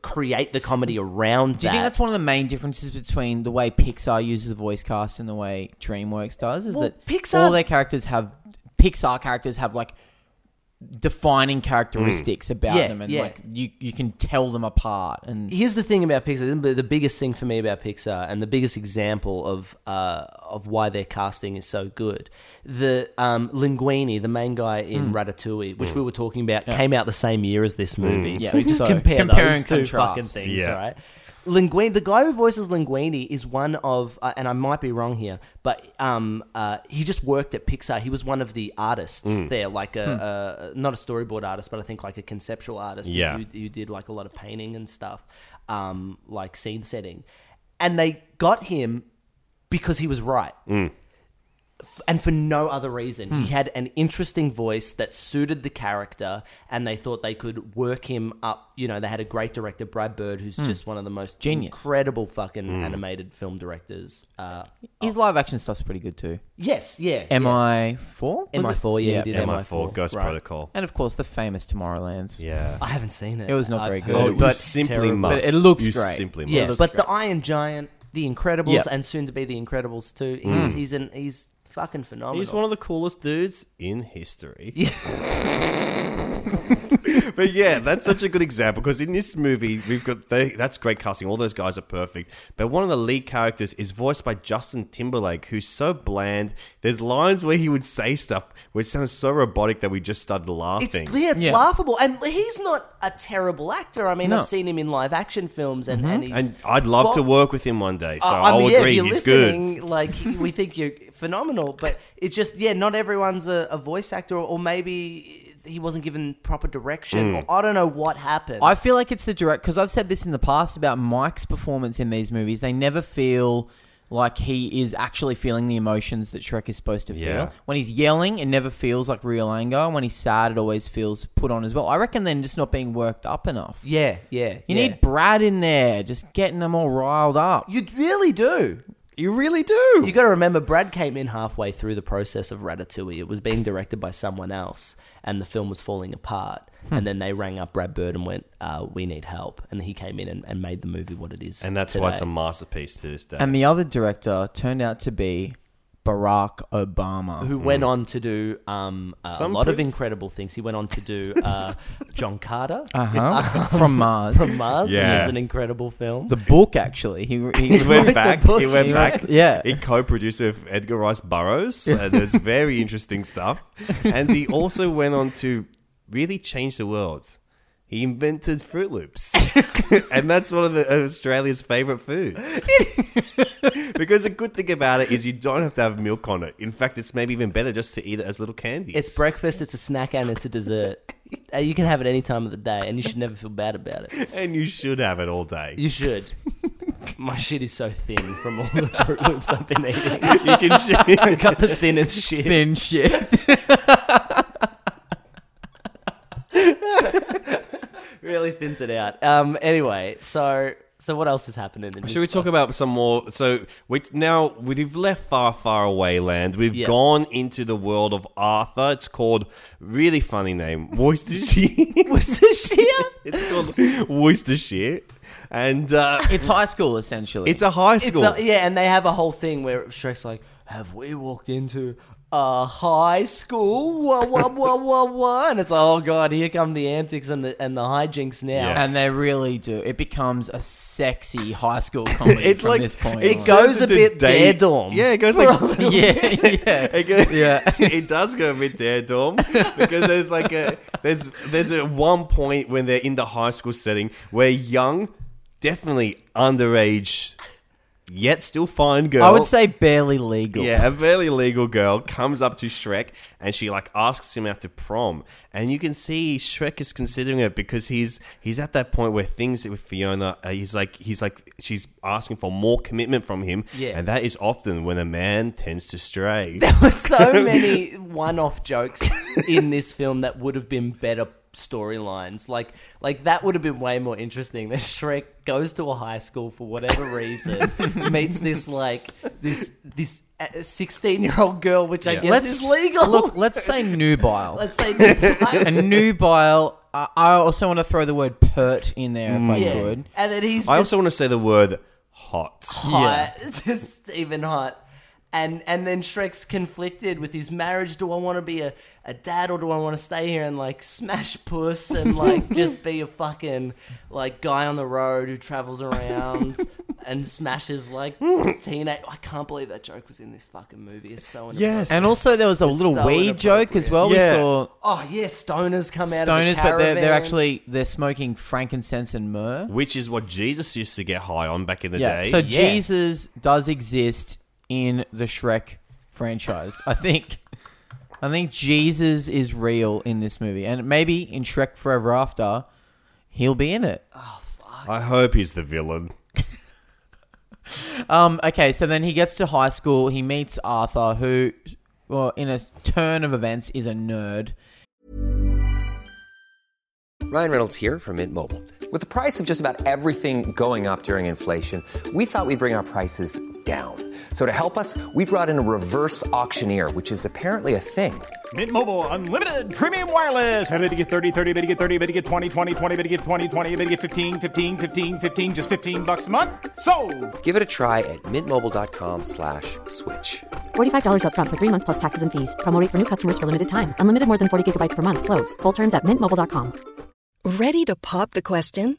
create the comedy around
Do you
that.
think that's one of the main differences between the way Pixar uses the voice cast and the way DreamWorks does? Is
Well,
that
Pixar-
all their characters have Pixar characters have like defining characteristics about
Hmm. Yeah,
them, and
yeah.
like you you can tell them apart. And
Here's the thing about Pixar. The the biggest thing for me about Pixar, and the biggest example of uh, of why their casting is so good, the um, Linguini, the main guy
Mm.
in Ratatouille, which
Mm.
we were talking about,
Yeah.
came out the same year as this movie.
Mm. Yeah.
So you just
So,
compare,
compare
those
and
two
contrast.
fucking things,
Yeah.
right? Linguini, the guy who voices Linguini is one of, uh, and I might be wrong here, but um, uh, he just worked at Pixar. He was one of the artists
Mm.
there, like a,
Hmm.
a not a storyboard artist, but I think like a conceptual artist who-
Yeah.
who who did like a lot of painting and stuff, um, like scene setting, and they got him because he was right.
Mm.
F- And for no other reason,
Hmm.
he had an interesting voice that suited the character, and they thought they could work him up. You know, they had a great director, Brad Bird, who's
Hmm.
just one of the most
Genius.
incredible fucking
Hmm.
animated film directors. Uh,
his live action stuff's pretty good too.
Yes, yeah, yeah.
MI four,
MI4, yeah, he did MI4,
Ghost Right. Protocol.
and of course the famous Tomorrowlands.
Yeah,
I haven't seen it.
It was not
I've
very
heard
good,
it was
but
simply
terrible.
must.
But it looks
You
great.
simply
It
Yeah,
looks
but
great.
the Iron Giant, The Incredibles,
Yeah.
and soon to be The Incredibles too.
Mm.
He's he's an he's fucking phenomenal.
He's one of the coolest dudes in history. but yeah, that's such a good example because in this movie, we've got they, that's great casting. All those guys are perfect. But one of the lead characters is voiced by Justin Timberlake, who's so bland. There's lines where he would say stuff which sounds so robotic that we just started
it's
laughing.
clear, it's laughable, and he's not a terrible actor. I mean,
No. Mm-hmm.
I've seen him in live action films, and and he's
And I'd love to
fo-
work with him one day. So
Uh,
I will
yeah,
agree,
if you're
he's
listening,
good.
like he- we think you're phenomenal, but it's just yeah, not everyone's a, a voice actor, or, or maybe he wasn't given proper
Hmm.
direction.
Mm.
Or I don't know what happened.
I feel like it's the direct because I've said this in the past about Mike's performance in these movies. They never feel like he is actually feeling the emotions that Shrek is supposed to feel.
Yeah.
When he's yelling, it never feels like real anger. When he's sad, it always feels put on as well. I reckon then just not being worked up enough.
Yeah, yeah.
You need Brad in there, just getting them all riled up.
You really do. You really do. You got to remember, Brad came in halfway through the process of Ratatouille. It was being directed by someone else, and the film was falling apart. And then they rang up Brad Bird and went, uh, "We need help." And he came in and, and made the movie what it is.
And that's why it's a
today.
masterpiece to this day.
And the other director turned out to be Barack Obama,
who went on to do um, a
Some
lot of
pre-
incredible things. He went on to do uh, John Carter
Uh-huh. From Mars.
from Mars, which
Yeah.
is an incredible film.
The book, actually. He, he,
He
went back. He went
He
back.
Yeah.
He co-produced with Edgar Rice Burroughs. Uh, there's very interesting stuff. And he also went on to really change the world. He invented Fruit Loops, and that's one of the, of Australia's favourite foods. because a good thing about it is you don't have to have milk on it. In fact, it's maybe even better just to eat it as little candy.
It's breakfast, it's a snack, and it's a dessert. Uh, you can have it any time of the day, and you should never feel bad about it.
And you should have it all day.
You should. My shit is so thin from all the Fruit Loops I've been eating.
You can sh-
I got the thinnest shit.
Thin shit.
really thins it out. Um. Anyway, so so what else is happening? In
Should we talk about some more? So we now we've left far, far away land. We've
Yeah.
gone into the world of Arthur. It's called really funny name Worcestershire.
Worcestershire.
it's called Worcestershire, and uh,
It's high school, essentially.
it's a high school.
It's a, yeah, and they have a whole thing where Shrek's like, "Have we walked into a high school?" Wah wah wah wah wah, and it's like, "Oh god, here come the antics and the and the hijinks now."
Yeah.
And they really do. It becomes a sexy high school comedy
It's
from
like-
this point.
it
on.
goes
turns
a
into
bit
day-
Dare Dorm.
Yeah, it goes like
yeah, yeah.
It goes-
Yeah.
it does go a bit dare dorm because there's like a there's there's a one point when they're in the high school setting where young, definitely underage, yet still fine girl.
I would say barely legal.
Yeah, a fairly legal girl comes up to Shrek and she like asks him out to prom, and you can see Shrek is considering it because he's he's at that point where things with Fiona, uh, he's like he's like she's asking for more commitment from him,
Yeah.
and that is often when a man tends to stray.
There were so many one-off jokes in this film that would have been better storylines. Like, like that would have been way more interesting. That Shrek goes to a high school for whatever reason, meets this like this this uh, sixteen-year-old girl, which I guess is legal.
Look, let's say nubile.
let's say.
a nubile. I I also want to throw the word pert in there if I
Mm. Yeah.
could.
And then he's
I
just
also want to say the word hot.
hot. Just even hot. And and then Shrek's conflicted with his marriage. Do I want to be a, a dad or do I want to stay here and like smash puss and like just be a fucking like guy on the road who travels around and smashes like teenage? I can't believe that joke was in this fucking movie. It's so inappropriate.
Yes.
And also, there was a little
so
weed joke as well.
Yeah.
We saw
Oh yeah, stoners come out of
stoners,
the
but they're, they're
caravan.
actually they're smoking frankincense and myrrh.
Which is what Jesus used to get high on back in the
Yeah.
day.
So Jesus does exist in the Shrek franchise. I think. I think Jesus is real in this movie, and maybe in Shrek Forever After, he'll be in it.
I hope he's the villain.
Um, okay, so then he gets to high school. He meets Arthur, who, well, in a turn of events, is a nerd.
Ryan Reynolds here from Mint Mobile. With the price of just about everything going up during inflation, we thought we'd bring our prices down. So to help us, we brought in a reverse auctioneer, which is apparently a thing.
Mint Mobile unlimited premium wireless. Ready to get 30, 30, bit to get 30, bit to get 20, 20, 20, bit to get 20, 20, bit to get 15, 15, 15, 15 just 15 bucks a month. So,
Give it a try at mintmobile.com slash switch.
$45 upfront for three months plus taxes and fees. Promo rate for new customers for limited time. Unlimited more than 40 gigabytes per month. Slows. Full terms at mintmobile.com.
Ready to pop the question?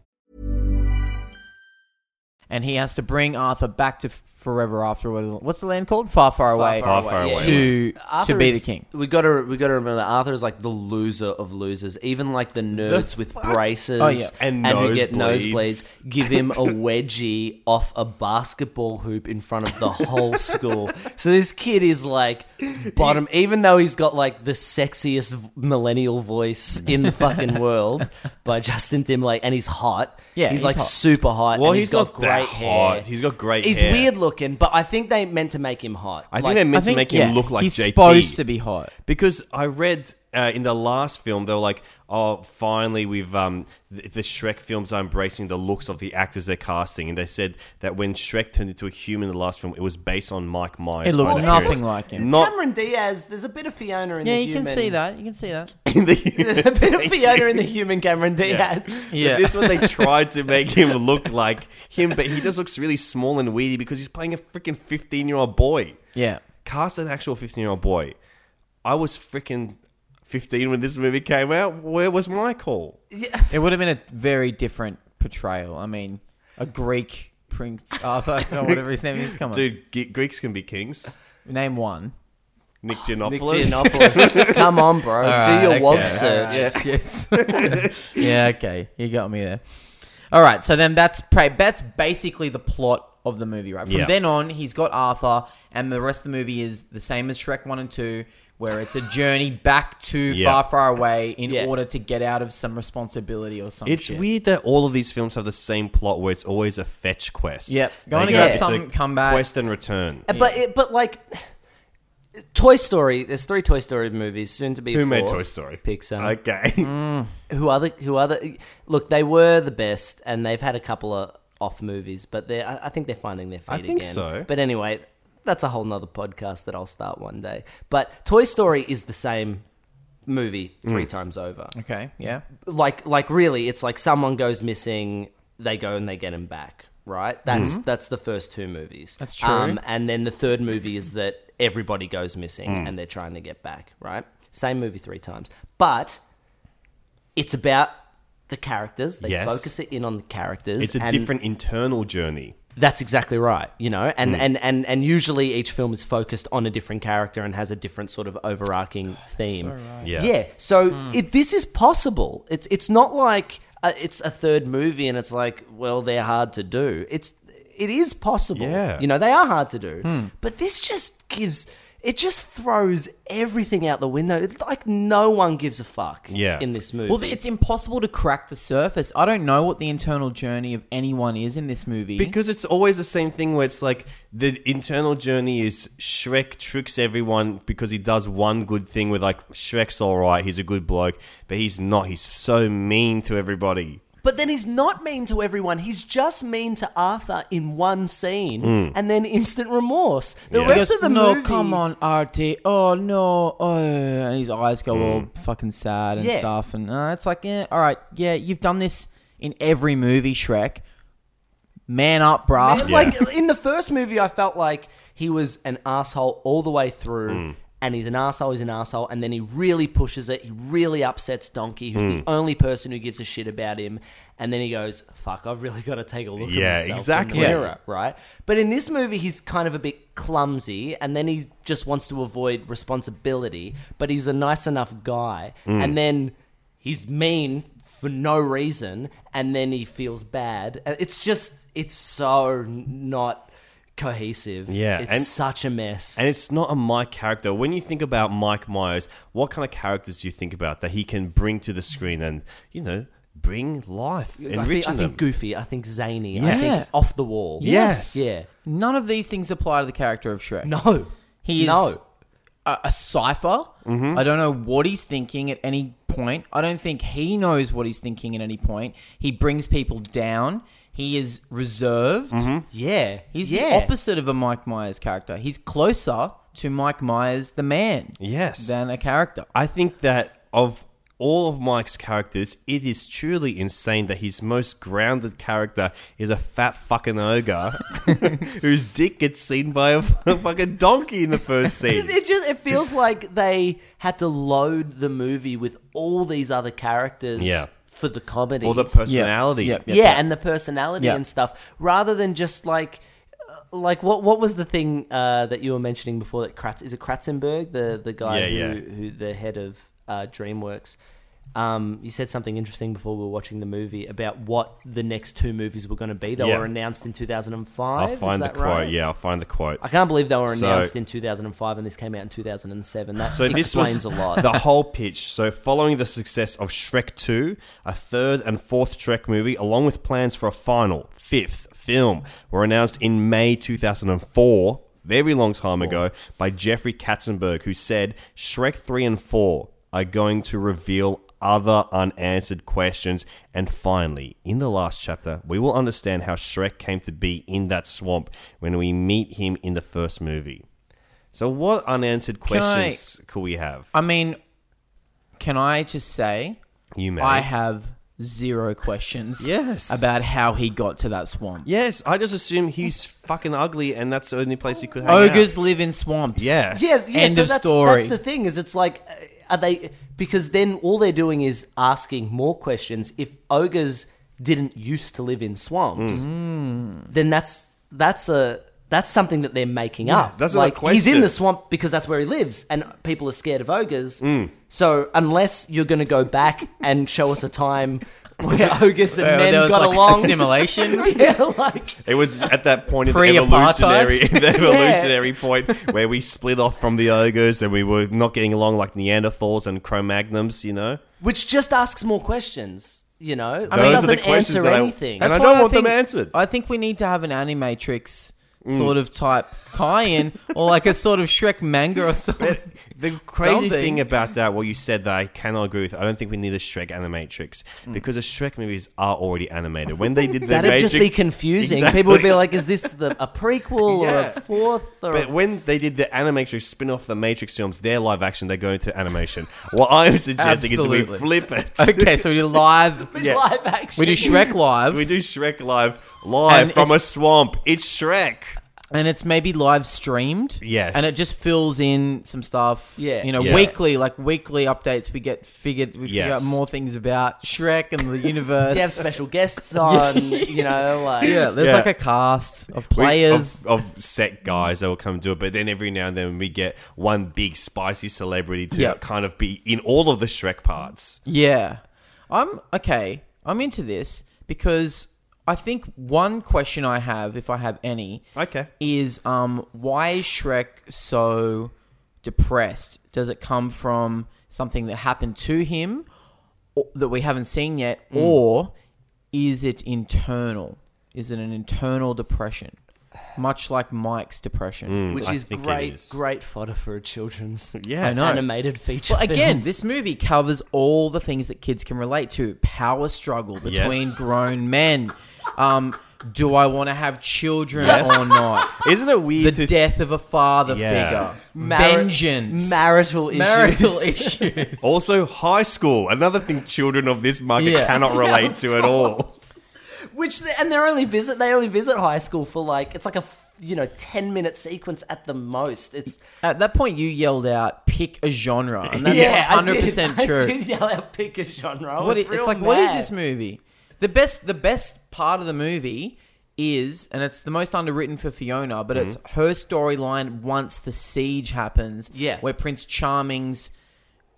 and he has to bring Arthur back to Forever After. What's the land called? Far, far away.
Far, far away.
To
Arthur
to be the
is-
king.
We gotta we gotta remember that Arthur is like the loser of losers. Even like the nerds with braces
Oh, yeah.
and,
And
who get
nosebleeds.
nosebleeds give him a wedgie off a basketball hoop in front of the whole school. So this kid is like bottom, even though he's got like the sexiest v- millennial voice in the fucking world by Justin Timberlake, and he's hot.
Yeah,
he's,
he's
like
hot.
super hot.
Well,
and
he's
got
not
great
that
hair.
hot. He's got great
He's
hair.
weird looking, but I think they meant to make him hot.
I think
Like-
they meant to make him look like JT.
be hot
because I read uh, in the last film they were like, "Oh, finally, we've um, th- the Shrek films are embracing the looks of the actors they're casting." And they said that when Shrek turned into a human in the last film, it was based on Mike Myers.
It looked
by that
nothing
period.
like him.
Not
Cameron Diaz, there's a bit of Fiona in
Yeah,
the
you can
human.
see that. You can see that.
There's a bit of Fiona in the human Cameron Diaz.
But This one they tried to make him look like him, but he just looks really small and weedy because he's playing a freaking 15 year old boy.
Yeah.
Cast an actual 15 year old boy. I was freaking 15 when this movie came out. Where was my call?
It would have been a very different portrayal. I mean, a Greek prince Arthur or whatever his name is. Come on,
Dude, Ge- Greeks can be kings.
Name one.
Nick Giannopoulos.
Giannopoulos. Come on, bro. Do your
okay.
wog
All
search.
Yes. yeah. Okay. You got me there. All right. So then that's pra- that's basically the plot of the movie, right? From
Yeah.
then on, he's got Arthur, and the rest of the movie is the same as Shrek One and Two, where it's a journey back to
Yeah.
far, far away in order to get out of some responsibility or something.
It's weird that all of these films have the same plot where it's always a fetch quest.
Yep. Go
They
and grab
it's a
something, come back.
Quest and return.
But it, but like Toy Story, there's three Toy Story movies, soon to be
Who made
fourth.
Toy Story?
Pixar.
Okay.
Mm.
Who other who other look, they were the best and they've had a couple of off movies, but they I, I think they're finding their feet
I think
again.
so.
But anyway, that's a whole nother podcast that I'll start one day. But Toy Story is the same movie three
Mm.
times over.
Okay. Yeah.
like like really it's like someone goes missing they go and they get him back right that's
Mhm.
that's the first two movies Um,
That's true.
and then the third movie is that everybody goes missing
Mm.
and they're trying to get back right same movie three times but it's about the characters they
Yes.
focus it in on the characters
It's a
and-
different internal journey.
that's exactly right, you know, and,
Mm.
and, and, and usually each film is focused on a different character and has a different sort of overarching theme.
Yeah.
yeah. So
Hmm.
Mm.
it, this is possible. It's it's not like uh it's a third movie and it's like well they're hard to do. It's it is possible.
Yeah.
You know they are hard to do,
Hmm.
but this just gives it just throws everything out the window. It's Like no one gives a fuck. In this movie.
Well, it's impossible to crack the surface. I don't know what the internal journey of anyone is in this movie.
Because it's always the same thing where it's like the internal journey is Shrek tricks everyone because he does one good thing with like Shrek's all right, he's a good bloke, but he's not. He's so mean to everybody.
But then he's not mean to everyone. He's just mean to Arthur in one scene,
Mm.
and then instant remorse. The
He
rest
goes,
of the
no,
movie,
come on, RT. Oh no, oh, and his eyes go all fucking sad and
Yeah.
stuff. And uh, it's like, yeah, all right, yeah, you've done this in every movie, Shrek. Man up, bruh.
man, like in the first movie, I felt like he was an asshole all the way through.
Hmm.
And he's an asshole. He's an asshole, and then he really pushes it. He really upsets Donkey, who's
Mm.
the only person who gives a shit about him. And then he goes, "Fuck! I've really got to take a look
Yeah,
at myself
exactly.
in the
Yeah.
mirror, right?" But in this movie, he's kind of a bit clumsy, and then he just wants to avoid responsibility. But he's a nice enough guy,
Mm.
and then he's mean for no reason and then he feels bad Uh, it's just it's so n- not cohesive
Yeah,
it's such a mess
And it's not a Mike character. When you think about Mike Myers, what kind of characters do you think about that he can bring to the screen and you know bring life,
I
enriching
think, I
them?
think goofy i think zany i
Yes.
think off the wall
Yes.
yeah
None of these things apply to the character of Shrek.
No.
He is
No.
a, a cipher.
Mhm.
I don't know what he's thinking at any point. I don't think he knows what he's thinking at any point. He brings people down. He is reserved.
Yeah.
He's
yeah.
the opposite of a Mike Myers character. He's closer to Mike Myers, the man.
Yes.
Than a character.
I think that of all of Mike's characters, it is truly insane that his most grounded character is a fat fucking ogre whose dick gets seen by a fucking donkey in the first scene.
It's- It just it feels like they had to load the movie with all these other characters
Yeah.
for the comedy.
Or the personality.
Yeah,
Yeah,
yeah, yeah.
and the personality
Yeah.
and stuff rather than just like uh, like what what was the thing uh, that you were mentioning before that Kratz is it Kratzenberg the the guy
Yeah,
who,
yeah.
who the head of uh, DreamWorks um, you said something interesting before we were watching the movie about what the next two movies were going to be. They
Yeah.
were announced in 2005.
I'll
is
find the
that
quote.
right?
Yeah, I'll find the quote.
I can't believe they were
So-
announced in 2005 and this came out in 2007. That
so this
explains
was
a lot.
the whole pitch. So following the success of Shrek 2, a third and fourth Shrek movie, along with plans for a final fifth film, were announced in May 2004, very long time ago, by Jeffrey Katzenberg, who said Shrek 3 and 4 are going to reveal other unanswered questions. And finally, in the last chapter, we will understand how Shrek came to be in that swamp when we meet him in the first movie. So, what unanswered
Can I-
questions could we have?
I mean, can I just say
You may.
I have zero questions
Yes.
about how he got to that swamp.
Yes, I just assume he's fucking ugly, and that's the only place he could hang
Ogres
out.
live in swamps.
Yes.
Yes, yes.
End
so
of
that's,
story.
that's the thing is it's like, uh, are they? Because then all they're doing is asking more questions. If ogres didn't used to live in swamps,
Hmm.
then that's that's a that's something that they're making
Yeah,
up.
that's not a
like he's in
question.
the swamp because that's where he lives, and people are scared of ogres.
Hmm.
So unless you're going to go back and show us a time where ogres and
Where
men
there was,
got
like,
along,
assimilation?
yeah, like
It was at that point in the
Pre-apartheid?
evolutionary, the evolutionary point where we split off from the ogres and we were not getting along like Neanderthals and Cro-Magnums, you know.
which just asks more questions. You know,
Those are the
that doesn't
questions
answer
that I-
anything.
And I
why
don't want them Mm.
think-
answered.
I think we need to have an animatrix sort of type tie-in, or like a sort of Shrek manga or something.
The crazy
Something.
thing about that, what you said that I cannot agree with, I don't think we need a Shrek animatrix because the Shrek movies are already animated. When they did the
Mm. That'd just be
Matrix-
confusing.
Exactly.
People would be like, "Is this the, a prequel or
Yeah.
a fourth or?"
But when they did the Animatrix spin off the Matrix films, their live action, they go into animation. What I'm suggesting is
Absolutely.
that we flip it.
Okay, so we do live.
yeah.
live action?
We do Shrek live,
We do Shrek live, live
And
from a
it's-
swamp. It's Shrek.
and it's maybe live streamed.
Yes.
and it just fills in some stuff.
Yeah.
you know,
Yeah.
weekly, like weekly updates. We get figured. We figure
Yes.
out more things about Shrek and the universe.
They have special guests on, you know, like
yeah, there's
Yeah.
like a cast of
We-
players.
of, of set guys that will come do it, but then every now and then we get one big spicy celebrity to
Yeah.
kind of be in all of the Shrek parts.
Yeah. I'm okay. I'm into this because I think one question I have, if I have any,
Okay.
is um why is Shrek so depressed? Does it come from something that happened to him or, that we haven't seen yet
Hmm.
or is it internal? Is it an internal depression? Much like Mike's depression.
which
Hmm. I
is
think it
great,
is.
great fodder for a children's
Yes. I know.
animated feature.
Well, again,
film.
this movie covers all the things that kids can relate to: power struggle between
Yes.
grown men. Um, do I want to have children
Yes.
or not?
Isn't it weird to
the death of a father
Yeah.
figure,
Mari-
vengeance,
marital issues,
marital issues.
also high school? Another thing children of this market
Yeah.
cannot relate to at all.
which they, and they only visit they only visit high school for like it's like a f- you know ten minute sequence at the most. It's
At that point, you yelled out, "Pick a genre,"
Uh,
and that's
yeah, I
hundred
did-
percent
I
true.
did yell out pick a genre. I
What
was
i-
real
it's like, what is
mad.
this movie? The best, the best part of the movie is, and it's the most underwritten for Fiona, but
Mm-hmm.
it's her storyline once the siege happens.
Yeah.
where Prince Charming's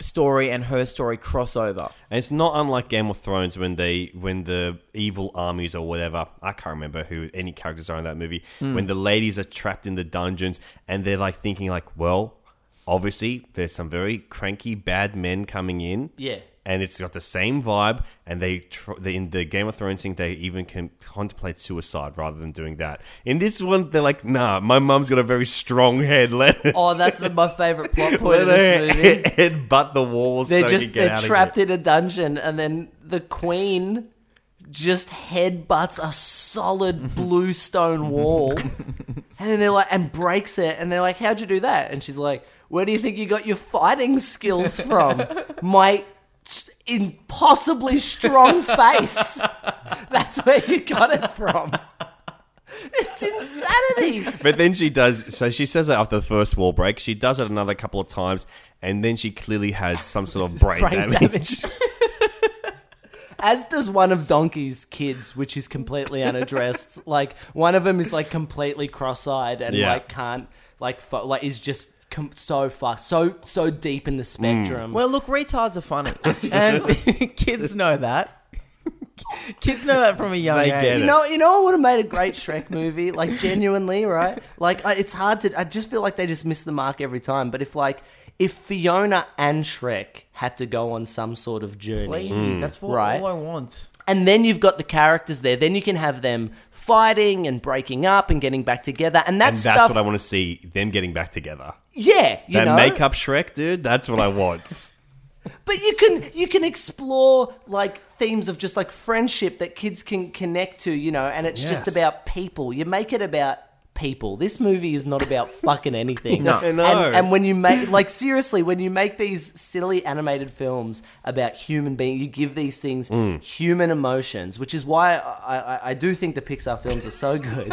story and her story crossover.
And it's not unlike Game of Thrones when they when the evil armies or whatever I can't remember who any characters are in that movie
Hmm.
when the ladies are trapped in the dungeons and they're like thinking like well obviously there's some very cranky bad men coming in
Yeah.
and it's got the same vibe. And they, tr- they in the Game of Thrones thing, they even can contemplate suicide rather than doing that. In this one, they're like, "Nah, my mum's got a very strong head. Let her,
Oh, that's the, my favorite plot Oh, point
let
of this
her
movie.
head butt the walls.
They're
so
just
he can get
they're
out of
trapped
here.
in a dungeon, and then the queen just headbutts a solid blue stone wall, and then they're like, and breaks it, and they're like, "How'd you do that?" And she's like, "Where do you think you got your fighting skills from, my s- impossibly strong face? That's where you got it from." It's insanity.
But then she does. So she says that after the first wall break, she does it another couple of times, and then she clearly has some sort of brain,
Brain
damage.
damage. As does one of Donkey's kids, which is completely unaddressed. like one of them is like completely cross-eyed and
Yeah.
like can't like fo- like is just com- so far so so deep
Mm.
in the spectrum.
Well, look, retards are funny, and kids know that. kids know that from a young
They
age.
you know, you know, what would have made a great Shrek movie. Like genuinely, right? Like I, it's hard to. I just feel like they just miss the mark every time. But if like if Fiona and Shrek had to go on some sort of journey,
Please,
Mm.
that's what
right?
all I want.
And then you've got the characters there. Then you can have them fighting and breaking up and getting back together. And that
and that's
stuff.
what I want to see them getting back together.
Yeah, you
that
know.
makeup Shrek, dude. That's what I want.
but you can you can explore like themes of just like friendship that kids can connect to, you know. And it's just
Yes.
about people. You make it about people. This movie is not about fucking anything.
No.
and,
No.
and when you make like seriously, when you make these silly animated films about human beings, you give these things
Mm.
human emotions, which is why I, I, I do think the Pixar films are so good.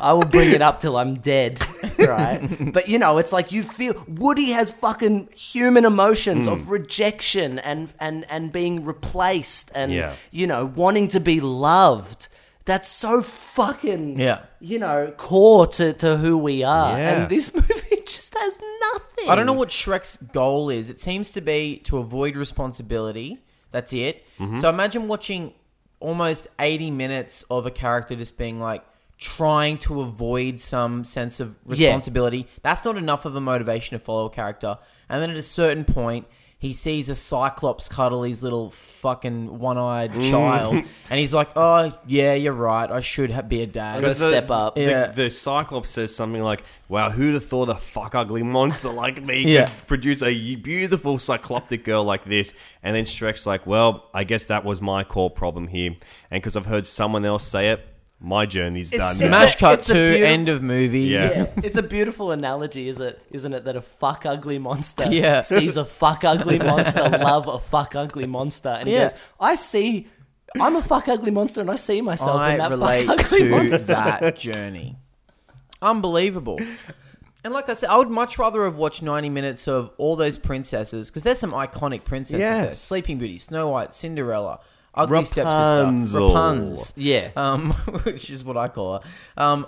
I will bring it up till I'm dead, right? but you know, it's like you feel Woody has fucking human emotions
Mm.
of rejection and and and being replaced and
Yeah.
you know wanting to be loved. That's so fucking
Yeah.
you know core to to who we are.
Yeah.
And this movie just has nothing.
I don't know what Shrek's goal is. It seems to be to avoid responsibility. That's it.
Mhm.
So imagine watching almost 80 minutes of a character just being like trying to avoid some sense of
Yeah.
responsibility. That's not enough of a motivation to follow a character. And then at a certain point, he sees a cyclops cuddle his little fucking one-eyed
Mm.
child, and he's like, "Oh yeah, you're right. I should ha- be a dad.
Because the- The,
Yeah,
the Cyclops says something like, "Wow, who'd have thought a fuck ugly monster like me
Yeah.
could produce a y- beautiful cycloptic girl like this?" And then Shrek's like, "Well, I guess that was my core problem here, and because I've heard someone else say it, my journey's done." now."
smash cut
it's
two,
a beautiful-
end of movie.
Yeah.
it's a beautiful analogy, is it? Isn't it that a fuck ugly monster
Yeah.
sees a fuck ugly monster love a fuck ugly monster, and he
Yeah.
goes, "I see, I'm a fuck ugly monster, and I see myself
I
in that
relate
fuck ugly
to
monster."
that journey. Unbelievable. And like I said, I would much rather have watched 90 minutes of all those princesses because there's some iconic princesses there.
Yes.
Sleeping Beauty, Snow White, Cinderella, Ugly Stepsister,
Rapunzel.
Rapunzel.
Yeah.
Um, which is what I call her. Um,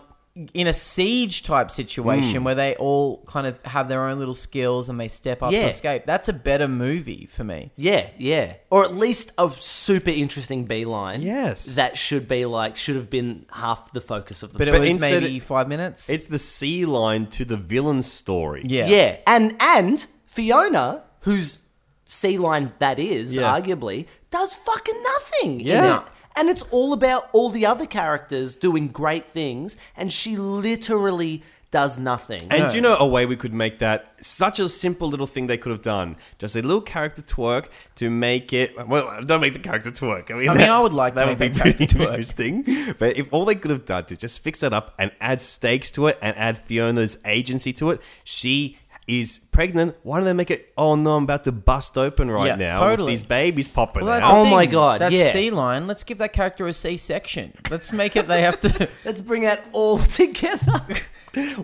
in a siege type situation
Mm.
where they all kind of have their own little skills and they step up
Yeah.
to escape. That's a better movie for me.
Yeah, yeah. Or at least a super interesting beeline. Yes. That should be like, should have been half the focus of the
But it
film.
was maybe five minutes.
It's the sea line to the villain's story.
Yeah. And and Fiona, whose sea line that is,
Yeah.
arguably, does fucking nothing. in
Yeah.
it. And it's all about all the other characters doing great things, and she literally does nothing.
And do you know a way we could make that such a simple little thing they could have done? Just a little character twerk to make it. Well, don't make the character twerk. I mean,
I mean, I would like to make that character
pretty
twerk.
interesting. But if all they could have done to just fix that up and add stakes to it and add Fiona's agency to it, she is pregnant. Why don't they make it? Oh no, I'm about to bust open right
Yeah,
now
totally.
with these babies popping
Well, that's
out.
the thing. that sea line. Let's give that character a C section. Let's make it. They have to.
Let's bring that all together.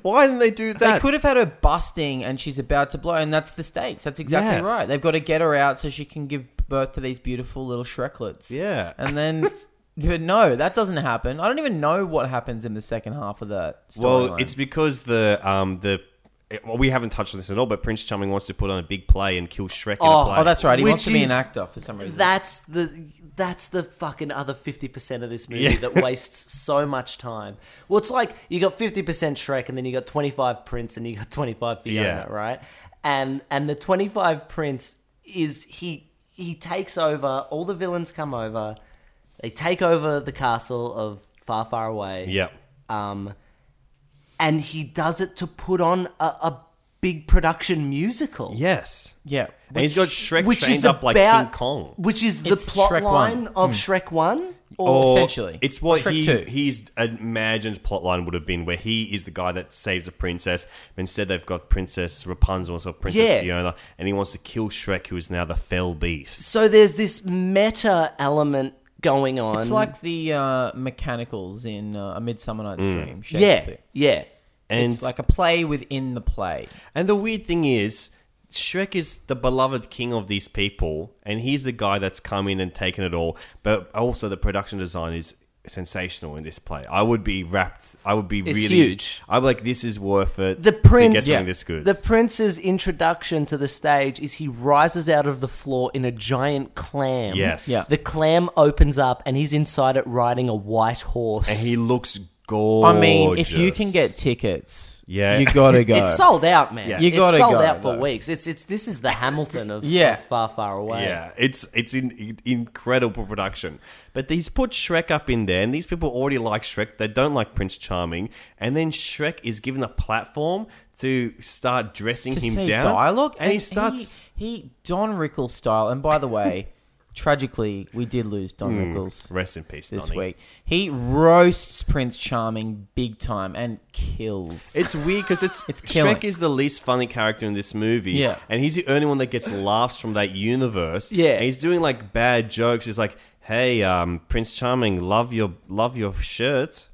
Why didn't they do
They
that?
could have had her busting, and she's about to blow, and that's the stakes. That's exactly
Yes.
right. They've got to get her out so she can give birth to these beautiful little shreklets.
Yeah.
and then. But no, that doesn't happen. I don't even know what happens in the second half of that storyline.
Well, it's because the um the it- well, we haven't touched on this at all, but Prince Charming wants to put on a big play and kill Shrek in a play.
oh, that's right. He wants
Which
to be an
is-
actor for some reason.
That's the that's the fucking other fifty percent of this movie
Yeah.
that wastes so much time. Well, it's like you got fifty percent Shrek, and then you got twenty five Prince, and you got twenty five Fiona,
Yeah.
right? And and the twenty five Prince is he. he takes over. All the villains come over. They take over the castle of Far Far Away.
Yep.
Um, and he does it to put on a, a big production musical.
Yes.
Yeah.
And he's got Shrek trained up like King Kong. Hmm. Oh.
Which is the
It's
plot
Shrek
line
1.
of
Mm.
Shrek 1?
It's what
Shrek
he
two.
his imagined plotline would have been, where he is the guy that saves a princess. But instead, they've got Princess Rapunzel or Princess
Yeah.
Fiona, and he wants to kill Shrek, who is now the fell beast.
So there's this meta element going on.
It's like the uh, mechanicals in uh, A Midsummer Night's
Mm.
Dream.
Yeah,
Shakespeare.
yeah.
And-
it's like a play within the play.
And the weird thing is, Shrek is the beloved king of these people, and he's the guy that's come in and taken it all. But also, the production design is sensational in this play. I would be wrapped. I would be
It's
really
huge.
I'm like, this is worth it.
the prince
to get something this good.
the prince's introduction to the stage is he rises out of the floor in a giant clam
Yes. Yeah.
the clam opens up and he's inside it riding a white horse
and he looks
I
gorgeous.
mean, if you can get tickets,
Yeah.
you gotta go.
it's sold out man
Yeah.
you
You
it's
gotta
sold
go,
out for
though.
weeks it's it's this is the hamilton of,
Yeah.
of far far away
Yeah, it's it's in, in- incredible production. But these put Shrek up in there, and these people already like Shrek. They don't like Prince Charming, and then Shrek is given a platform to start dressing
to
him
say
down.
dialogue,
and, he starts.
he, Don Rickles style. And by the way, tragically, we did lose Don
Hmm.
Rickles.
Rest in peace,
This
Donnie.
week, he roasts Prince Charming big time and kills.
It's weird because it's, it's
killing.
Shrek is the least funny character in this movie,
Yeah.
and he's the only one that gets laughs from that universe.
Yeah.
and he's doing like bad jokes. He's like, "Hey, um, Prince Charming, love your love your shirt,"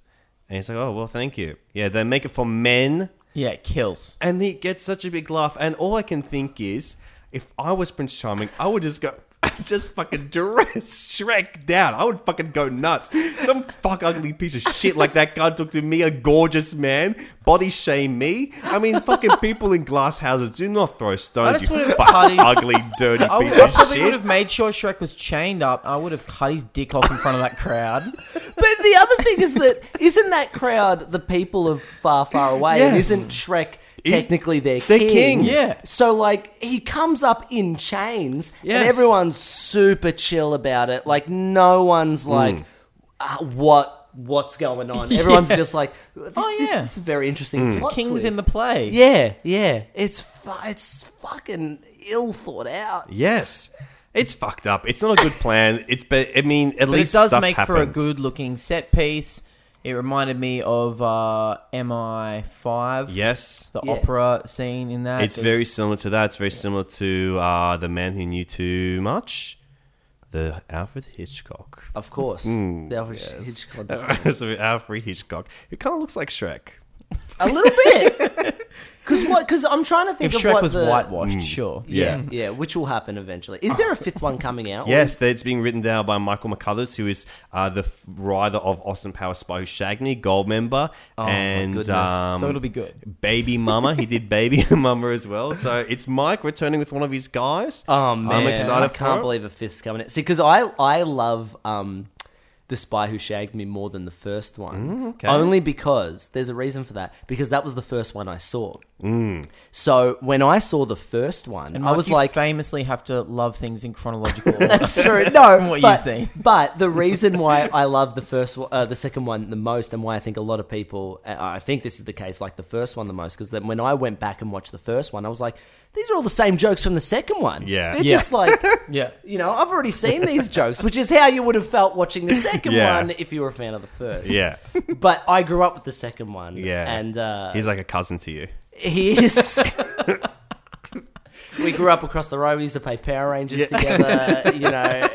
and he's like, "Oh, well, thank you." Yeah, they make it for men.
yeah, it kills.
And he gets such a big laugh. And all I can think is, if I was Prince Charming, I would just go, just fucking dress Shrek down. I would fucking go nuts. Some fuck ugly piece of shit like that guy took to me, a gorgeous man, body shame me. I mean, fucking people in glass houses do not throw
I
stones,
just
you
would have cut
fucking
his,
ugly, dirty
I,
piece
I
of
probably would
shit.
have made sure Shrek was chained up. I would have cut his dick off in front of that crowd.
but the other thing is that isn't that crowd the people of far far away and
Yes.
isn't shrek
He's
technically their
the
king.
king. Yeah.
so like he comes up in chains and
Yes.
everyone's super chill about it like no one's like
Mm.
"Ah, what what's going on everyone's
Hmm. Yeah. Oh, Hmm.
just like this, this- this is a very interesting
The
plot
king's in the
twist.
play.
yeah yeah it's fu- it's fucking ill thought out
Yes. It's fucked up. It's not a good plan. It's, but I mean, at
But
least
it does
stuff
make for a
happens.
good looking set piece. It reminded me of uh, MI5.
Yes.
The
Yeah.
opera scene in that.
It's very similar to that. It's very similar to uh, the man who knew too much, the Alfred Hitchcock.
Of course. The Alfred Hitchcock.
So Alfred Hitchcock. It kind of looks like Shrek.
a little bit because what because i'm trying to think
If
of
Shrek
what
was
the,
whitewashed, sure.
yeah
Yeah.
yeah which will happen eventually is there a fifth one coming out
Yes, that it's being written down by Michael McCullers, who is uh, the f- writer of Austin Power Spy Who Shagged Me, Gold member,
Oh, my
and
goodness.
um,
So it'll be good.
Baby Mama, he did Baby Mama as well. So it's Mike returning with one of his guys.
Oh man,
I'm excited.
I can't
for it.
believe a fifth's coming. out. See, because I I love um, the Spy Who Shagged Me more than the first one,
Mm, okay.
only because there's a reason for that. Because that was the first one I saw.
Mm.
So when I saw the first one,
And
I was like,
famously have to love things in chronological order.
That's true. No,
from what you
but,
see.
But the reason why I love the first, one- uh, the second one the most, and why I think a lot of people, uh, I think this is the case, like the first one the most, because then when I went back and watched the first one, I was like, these are all the same jokes from the second one.
Yeah.
they're
Yeah.
just like,
yeah,
you know, I've already seen these jokes, which is how you would have felt watching the second
Yeah.
one if you were a fan of the first.
Yeah.
but I grew up with the second one.
Yeah.
and uh,
He's like a cousin to you.
he is. we grew up across the road. We used to play Power Rangers
Yeah.
together. You know,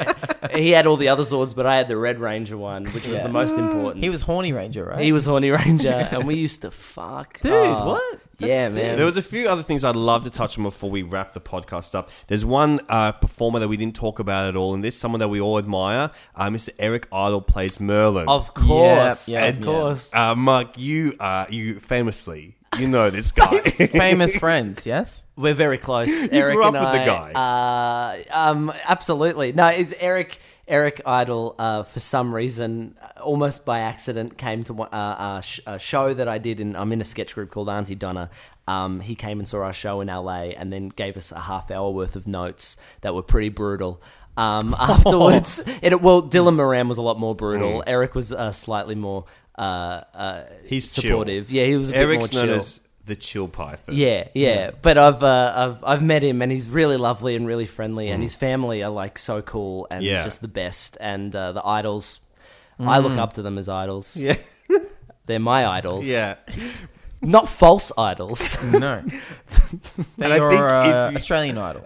he had all the other Zords, but I had the Red Ranger one, which was
Yeah.
the most important.
He was Horny Ranger, right?
He was Horny Ranger, and we used to fuck.
Dude,
Oh,
what?
yeah,
That's
man.
There was a few other things I'd love to touch on before we wrap the podcast up. There's one uh, performer that we didn't talk about at all, and this someone that we all admire. Uh, Mr. Eric Idle plays Merlin.
Of course,
Yeah, yeah,
of
yeah.
course.
Uh, Mark, you uh, you famously you know this guy.
famous friends. Yes,
We're very close.
You
Eric
grew up
and
with the
I, Uh, um, absolutely. No, it's Eric. Eric Idle, uh, for some reason, uh, almost by accident, came to one- uh, uh, sh- a show that I did. In I'm in a sketch group called Auntie Donna. Um, he came and saw our show in LA, and then gave us a half hour worth of notes that were pretty brutal. um, afterwards. It, well, Dylan Moran was a lot more brutal.
Hmm.
Eric was uh, slightly more uh, uh,
He's chill.
supportive. Yeah, he was a
Eric's
bit more
known
chill.
as the chill python.
Yeah, yeah, But I've uh, I've I've met him, and he's really lovely and really friendly, and his family are like so cool and
Mm. Yeah.
just the best. And uh, the idols, I look
Mm.
up to them as idols.
Yeah.
they're my idols.
Yeah. Mm.
not false idols.
No,
They
are
are, uh,
Australian Idol.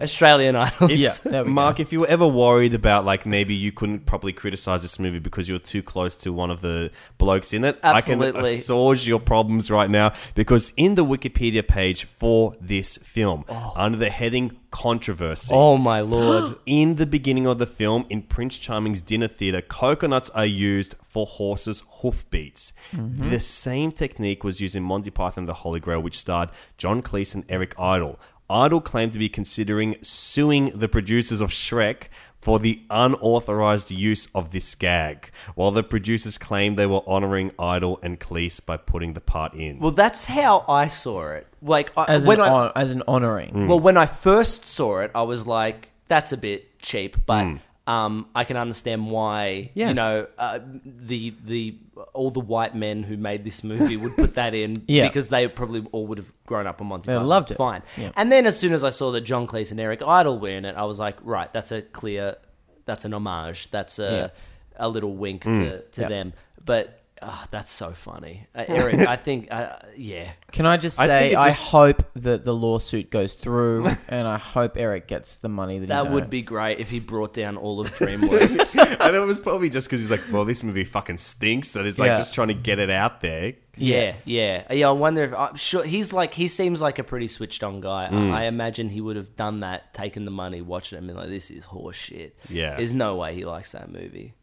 Australian Idol.
If-
there we go.
Mark, if you were ever worried about like maybe you couldn't properly criticize this movie because you were too close to one of the blokes in it, I can
Absolutely.
assuage your problems right now because in the Wikipedia page for this film,
Oh.
under the heading controversy.
Oh my lord.
in the beginning of the film, in Prince Charming's dinner theater, coconuts are used for horses' hoofbeats.
Mhm.
The same technique was used in Monty Python and the Holy Grail, which starred John Cleese and Eric Idle. Idle claimed to be considering suing the producers of Shrek for the unauthorized use of this gag, while the producers claimed they were honoring Idle and Cleese by putting the part in.
Well, that's how I saw it. Like I,
As
when
an
I
hon- as an honoring. Mm.
Well, when I first saw it, I was like, "That's a bit cheap," but um, I can understand why. You
Mm. Yes.
know, uh, the the all the white men who made this movie would put that in
Yeah.
because they probably all would have grown up on Monty
They
Python.
loved it.
Fine.
Yeah.
And then as soon as I saw that John Cleese and Eric Idle were in it, I was like, "Right, that's a clear, that's an homage. That's a a little wink to
Mm.
to
Yeah.
them." But ah, that's so funny, uh, Eric. I think, uh, yeah.
Can I just
I
say
think it
I,
just-
hope that the lawsuit goes through, and I hope Eric gets the money that, he's uh,
That would
owed.
be great if he brought down all of DreamWorks.
and it was probably just because he's like, well, this movie fucking stinks, and it's like
Yeah.
just trying to get it out there.
Yeah, yeah, yeah. I wonder if I'm sure he's like he seems like a pretty switched on guy.
Mm.
I, I imagine he would have done that, taken the money, watched it, and been like, "This is horse shit."
Yeah.
there's no way he likes that movie,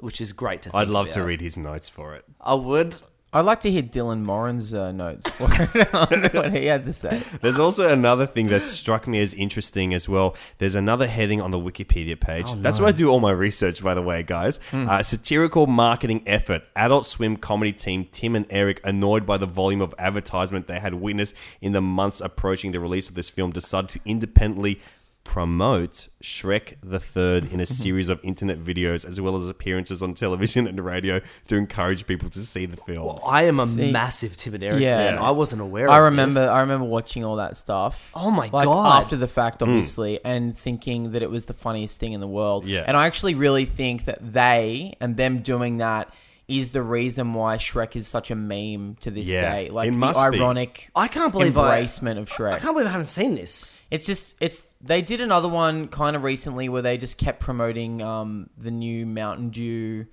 which is great to. Think
I'd love to
about.
read his notes for it.
I would.
I'd like to hear Dylan Moran's uh, notes for it. I wonder what he had to say.
There's also another thing that struck me as interesting as well. There's another heading on the Wikipedia page.
Oh,
That's
no.
where I do all my research, by the way, guys.
Hmm.
Uh, satirical marketing effort. Adult Swim comedy team Tim and Eric, annoyed by the volume of advertisement they had witnessed in the months approaching the release of this film, decided to independently promote Shrek the Third in a series of internet videos as well as appearances on television and radio to encourage people to see the film.
I am a
See?
massive Tim and Eric fan. I wasn't aware.
I
of
remember.
This.
I remember watching all that stuff.
Oh my
like,
God. Hmm.
After the fact, obviously, and thinking that it was the funniest thing in the world.
Yeah.
And I actually really think that they and them doing that is the reason why Shrek is such a meme to this
Yeah,
day. Like
it
the
must be.
ironic.
I can't believe I-
embracement of Shrek.
I can't believe I haven't seen this.
It's just it's they did another one kind of recently where they just kept promoting um the new Mountain Dew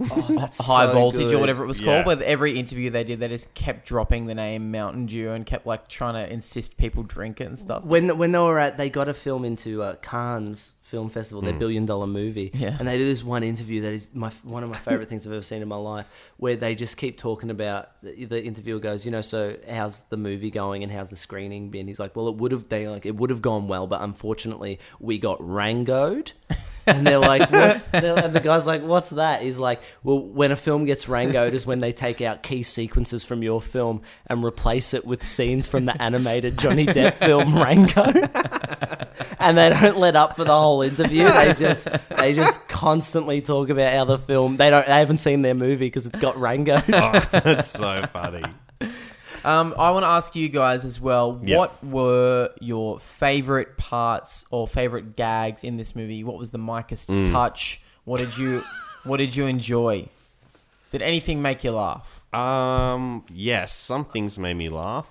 that's
high
so
voltage or
good.
whatever it was
Yeah.
called. With every interview they did, they just kept dropping the name Mountain Dew and kept like trying to insist people drink it and stuff.
When when they were at, they got a film into uh, Cannes Film Festival, their
Mm.
billion dollar movie,
Yeah.
and they do this one interview that is my one of my favorite things I've ever seen in my life, where they just keep talking about the, the interviewer goes, you know, so how's the movie going and how's the screening been? He's like, well, it would have they like it would have gone well, but unfortunately we got rangoed. And they're like, what's, they're, and the guy's like, what's that? He's like, well, when a film gets rangoed is when they take out key sequences from your film and replace it with scenes from the animated Johnny Depp film Rango. and they don't let up for the whole interview. They just they just constantly talk about how the film they don't they haven't seen their movie because it's got Rango.
That's so funny.
Um, I want to ask you guys as well.
Yeah.
What were your favorite parts or favorite gags in this movie? What was the micest
Mm.
touch? What did you What did you enjoy? Did anything make you laugh?
Um, yes, some things made me laugh.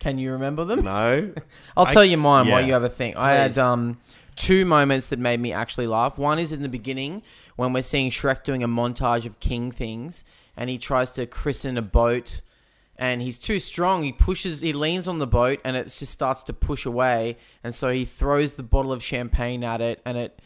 Can you remember them?
No.
I'll
I-
tell you mine while
yeah.
you have a think. I had
Please.
um, two moments that made me actually laugh. One is in the beginning when we're seeing Shrek doing a montage of king things, and he tries to christen a boat, and he's too strong. He pushes, he leans on the boat, and it just starts to push away, and so he throws the bottle of champagne at it, and it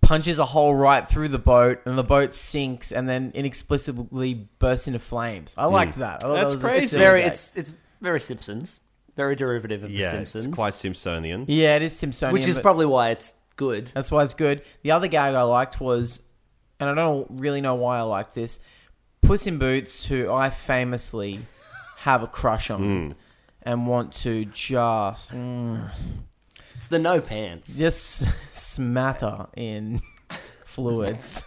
punches a hole right through the boat, and the boat sinks, and then inexplicably bursts into flames. I liked
Hmm.
Mm.
that. I thought that was a
It's
silly
very
gag.
it's it's very Simpsons. Very derivative of
Yeah,
the
it's
Simpsons.
quite Simpsonian.
Yeah, it is Simpsonian.
Which is
but-
probably why it's good.
That's why it's good. The other gag I liked was, and I don't really know why I liked this, Puss in Boots, who I famously
Hmm.
have a crush on and want to just. mm,
It's the no pants.
Just smatter in fluids.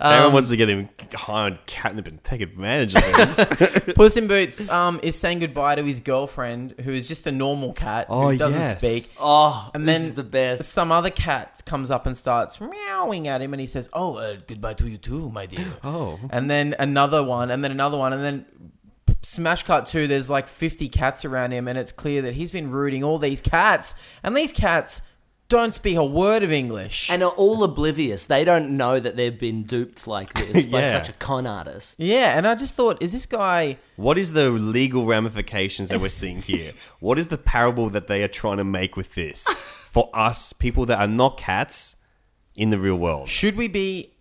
Everyone
Um,
wants to get him high on catnip and take advantage of him.
Puss in Boots um, is saying goodbye to his girlfriend, who is just a normal cat
Oh,
who doesn't
yes.
speak.
Oh, this is the best.
Some other cat comes up and starts meowing at him, and he says, "Oh, uh, goodbye to you too, my dear."
Oh.
and then another one, and then another one, and then smash cut two. There's like fifty cats around him, and it's clear that he's been rooting all these cats, and these cats don't speak a word of English.
and are all oblivious. They don't know that they've been duped like this by
Yeah.
such a con artist.
Yeah, and I just thought, is this guy?
What is the legal ramifications that we're seeing here? What is the parable that they are trying to make with this for us people that are not cats in the real world?
Should we be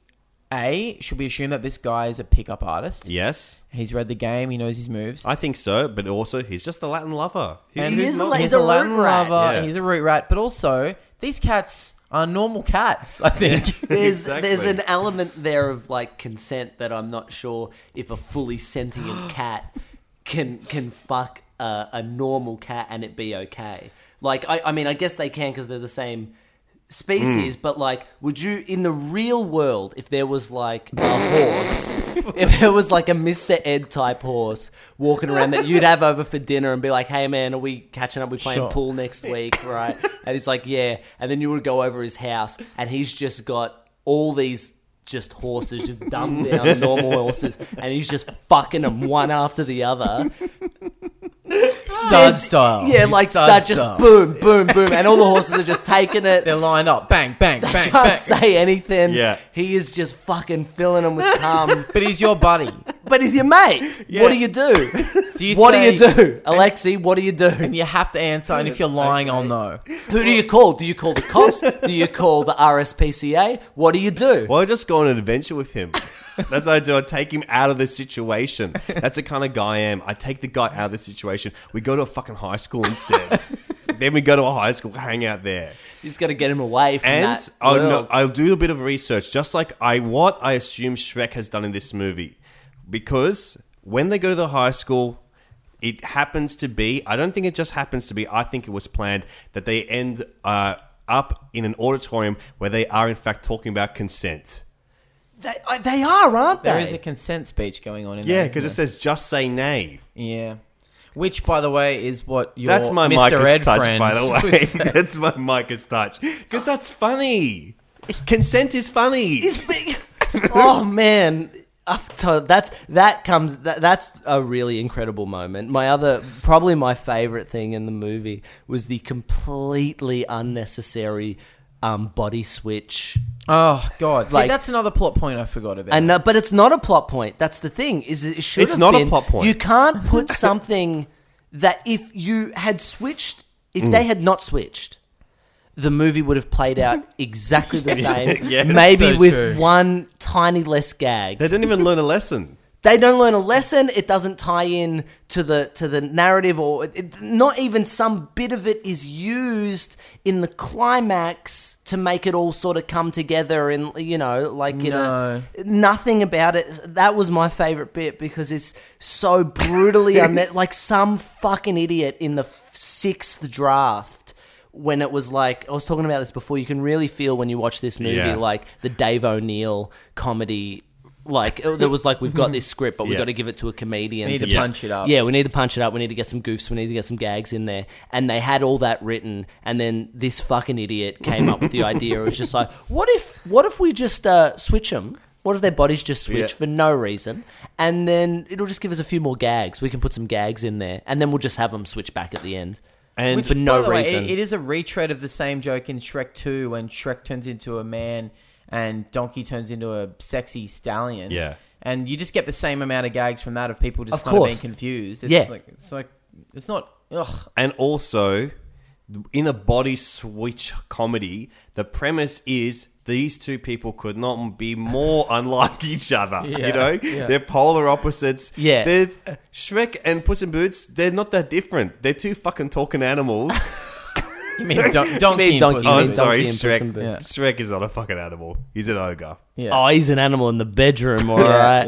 a? Should we assume that this guy is a pickup artist?
Yes,
He's read the game. He knows his moves.
I think so, but also he's just a Latin lover.
And
He
who's
is a
not-
la- he's a root rat.
lover.
Yeah.
He's a root rat. But also, these cats are normal cats. I think.
There's there's an element there of like consent that I'm not sure if a fully sentient cat can can fuck a, a normal cat and it be okay. Like I, I mean I guess they can because they're the same species, but like would you in the real world if there was like a horse, if there was like a Mr. Ed type horse walking around that you'd have over for dinner and be like, hey man, are we catching up? We playing
Sure.
pool pool next week, right? and he's like, yeah. And then you would go over his house, and he's just got all these just horses, just dumbed down normal horses, and he's just fucking them one after the other.
Stud style.
Yeah,
He's
like
stud
start just
style.
boom, boom, boom, and all the horses are just taking it.
They're lined up. Bang, bang, bang,
Can't
bang.
say anything.
Yeah.
He is just fucking filling them with cum.
But he's your buddy.
but he's your mate. What do you do?
Do you
what do
say-
you do? Alexi, what do you do?
And you have to answer. And if you're lying, I'll know.
Who do you call? Do you call the cops? do you call the RSPCA? What do you do?
Well, I just go on an adventure with him. That's what I do. I take him out of the situation. That's the kind of guy I am. I take the guy out of the situation. We go to a fucking high school instead. then we go to a high school, hang out there.
You just got to get him away from
And
that
Oh,
I'll, no,
world.
I'll do a bit of research, just like I what I assume Shrek has done in this movie, because when they go to the high school, it happens to be. I don't think it just happens to be. I think it was planned that they end uh, up in an auditorium where they are in fact talking about consent.
they, I- they are, aren't they?
There is a consent speech going on in
Yeah,
there.
because it
isn't
says just say nay.
there? yeah. Which, by the way, is what your
That's my
Mr.
Micah's
Ed
touch,
friend
by the
would say.
way. That's my Micah's touch because that's funny. Consent is funny.
It's big- oh man, I've to- that's that comes that, that's a really incredible moment. My other probably my favorite thing in the movie was the completely unnecessary um, body switch.
Oh God! See,
Like-
that's another plot point I forgot about.
And uh, but it's not a plot point. That's the thing. Is it it should
It's
have
not a
been-
plot point.
You can't put something that if you had switched, if
Mm.
they had not switched, the movie would have played out exactly the same.
Yes.
maybe
So
with
true.
one tiny less gag.
They didn't even learn a lesson.
They don't learn a lesson. It doesn't tie in to the to the narrative, or it, not even some bit of it is used in the climax to make it all sort of come together. And you know, like you know, nothing about it. That was my favorite bit because it's so brutally unmet. Like some fucking idiot in the f- sixth draft. When it was like, I was talking about this before, you can really feel when you watch this movie,
Yeah.
like the Dave O'Neill comedy like it- there was like we've got this script but we've
Yeah.
got to give it to a comedian
We need to
just-
punch it up.
yeah we need to punch it up we need to get some goofs we need to get some gags in there and they had all that written and then this fucking idiot came up with the idea it was just like what if what if we just uh, switch them what if their bodies just switch
Yeah.
for no reason and then it'll just give us a few more gags we can put some gags in there and then we'll just have them switch back at the end
And
for
By
no
the way,
reason
it- it is a retread of the same joke in Shrek 2 when Shrek turns into a man and Donkey turns into a sexy stallion.
Yeah.
And you just get the same amount of gags from that of people just
Of
kind of being
course.
confused. It's
Yeah.
like it's like it's not ugh.
And also, in a body switch comedy, the premise is these two people could not be more unlike each other.
Yeah,
You know,
yeah.
they're polar opposites.
Yeah.
they're, uh, Shrek and Puss in Boots. They're not that different. They're two fucking talking animals.
You mean don- donkey
mean
in
donkey,
Puss in
you
Oh,
mean
Boots.
sorry,
donkey in Puss in
Shrek.
Boots.
Shrek is not a fucking animal. He's an ogre.
Yeah.
Oh, he's an animal in the bedroom, all right.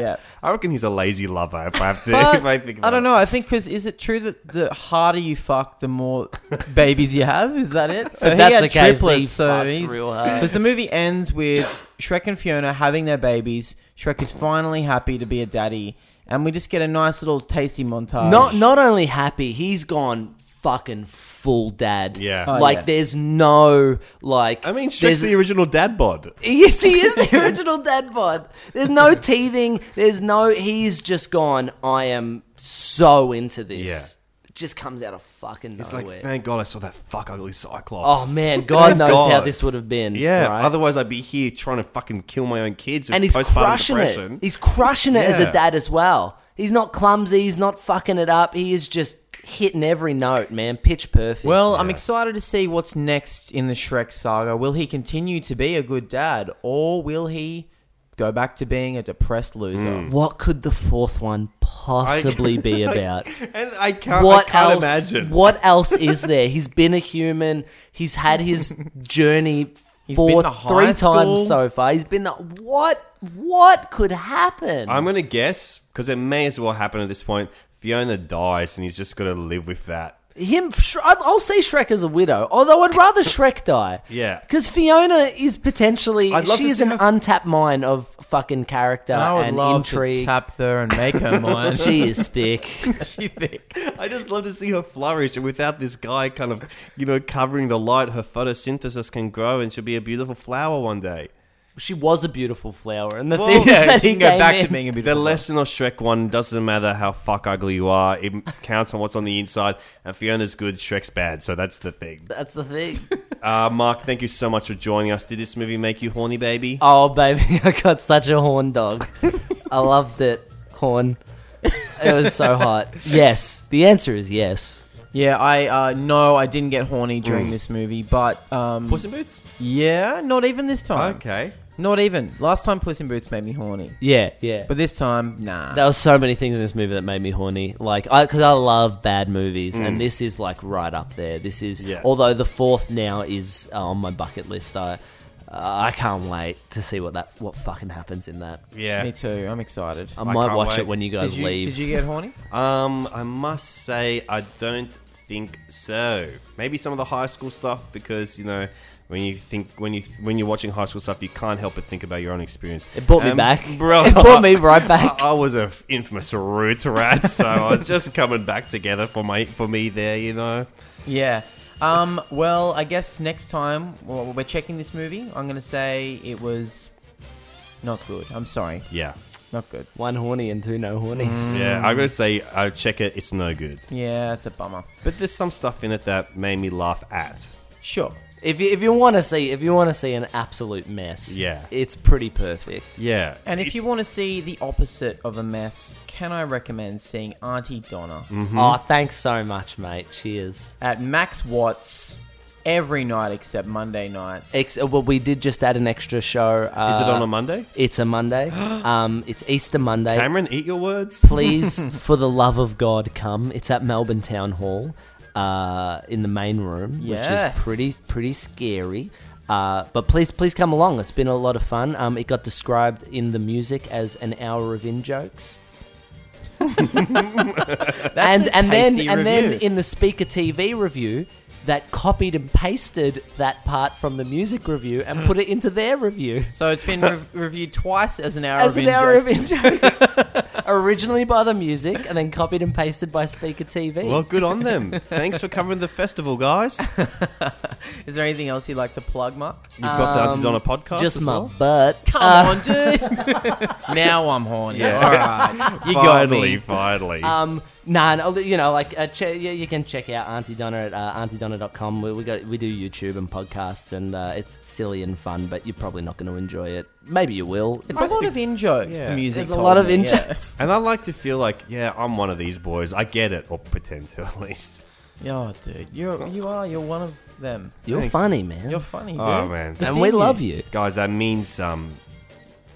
yeah.
I reckon he's a lazy lover. If I have to,
But
if I think
I
about
don't know. I think because is it true that the harder you fuck, the more babies you have? Is that it?
If
he
that's
had
the case, he
so
fucked real hard.
because the movie ends with Shrek and Fiona having their babies. Shrek is finally happy to be a daddy, and we just get a nice little tasty montage.
Not not only happy, he's gone fucking full dad.
Yeah.
Oh,
like
yeah.
there's no like
I mean, Shrek's
there's-
the original dad bod.
Yes, he is the original dad bod. There's no teething. There's no. He's just gone. I am so into this.
Yeah.
It just comes out of fucking
It's
nowhere.
like, thank God I saw that fuck ugly cyclops.
oh man, God
Thank
knows how
God.
this would have been.
Yeah,
right?
otherwise I'd be here trying to fucking kill my own kids. With
and he's
postpartum
crushing
depression.
it. He's crushing it as a
Yeah.
dad as well. He's not clumsy. He's not fucking it up. He is just hitting every note, man. Pitch perfect.
Well, I'm excited to see what's next in the Shrek saga. Will he continue to be a good dad, or will he go back to being a depressed loser?
Hmm.
what could the fourth one possibly be about?
and I can't.
what
I can't
else?
imagine.
What else is there? He's been a human. He's had his journey
He's
for
been to high
three
school.
times so far. He's been the what? What could happen?
I'm gonna guess because it may as well happen at this point. Fiona dies, and he's just gonna live with that.
Him, Sh- I'll I'll say Shrek as a widow. Although I'd rather Shrek die.
Yeah.
because Fiona is potentially
I'd love to
she is
see
an
her-
untapped mine of fucking character
I would
and
love to
intrigue.
tap there and make her mine.
she is thick.
she thick.
I just love to see her flourish, and without this guy kind of, you know, covering the light, her photosynthesis can grow, and she'll be a beautiful flower one day.
she was a beautiful flower, and the
Well,
thing is
Yeah,
that
she
he
can go
came
back
in-
to being a
The
beautiful.
lesson of Shrek one doesn't matter how fuck ugly you are; it counts on what's on the inside. And Fiona's good, Shrek's bad, so that's the thing.
That's the thing.
Uh, Mark, thank you so much for joining us. Did this movie make you horny, baby?
Oh baby, I got such a horn dog. I loved it. Horn. It was so hot. Yes, the answer is yes.
Yeah, I uh, no, I didn't get horny during this movie, but um,
Puss in Boots.
yeah, not even this time.
Okay.
Not even last time. Puss in Boots made me horny,
Yeah, yeah.
but this time, nah.
There were so many things in this movie that made me horny. Like, I because I love bad movies, and this is like right up there. This is
Mm. Yeah.
although the fourth now is uh, on my bucket list. I uh, I can't wait to see what that what fucking happens in that.
Yeah.
Me too. I'm excited.
I,
I
might
can't
watch
wait.
it when you guys
did you
leave.
did you get horny?
Um, I must say, I don't think so. Maybe some of the high school stuff, because you know, when you think when you when you're watching high school stuff, you can't help but think about your own experience.
It brought me
Um,
back.
bro.
It brought me right back.
I, I was a infamous root rat, so I was just coming back together for my for me there. You know,
Yeah. Um, well, I guess next time well, we're checking this movie, I'm gonna say it was not good. I'm sorry,
yeah,
not good.
One horny and two no hornies.
yeah. I'm gonna say, I check it. It's no good.
Yeah, it's a bummer.
But there's some stuff in it that made me laugh at.
Sure.
If you, if you want to see if you want to see an absolute mess,
Yeah.
it's pretty perfect.
Yeah,
And if you want to see the opposite of a mess, can I recommend seeing Auntie Donna
Mm-hmm.
Oh, thanks so much, mate. Cheers.
at Max Watts every night except Monday nights?
Ex- uh, well, we did just add an extra show. Uh,
is it on a Monday?
It's a Monday. um, it's Easter Monday.
Cameron, eat your words.
Please, for the love of God, come. It's at Melbourne Town Hall, uh, in the main room, which
Yes.
is pretty pretty scary. Uh, but please, please come along. It's been a lot of fun. Um, it got described in the music as an hour of in jokes.
That's
and
a
and then
tasty
and then
review.
in the speaker TV review that copied and pasted that part from the music review and put it into their review
so it's been re- reviewed twice as an hour
as
of
an hour
in-jokes.
of in jokes originally by the music and then copied and pasted by speaker TV.
Well, good on them. Thanks for covering the festival, guys. You've
Is there anything else you'd like to plug, Mark?
got the Aunties on a podcast.
just
as
my
well?
butt.
Come on, dude. now I'm horny.
Yeah.
All right, you got
Finally,
me.
finally.
Um, nah, no, you know, like uh, che- you, you can check out Auntie Donna at uh, auntiedonna.com. We, we got we do YouTube and podcasts, and uh, it's silly and fun, but you're probably not going to enjoy it. Maybe you will.
It's a lot of in jokes.
Yeah.
The music.
There's a
told
lot of
me,
in
yeah.
jokes.
and I like to feel like, yeah, I'm one of these boys. I get it, or pretend to at least.
Oh, dude, you're you are you're one of them.
You're funny, man,
You're funny, dude.
Oh man,
and we
easy.
love you.
guys, that means um,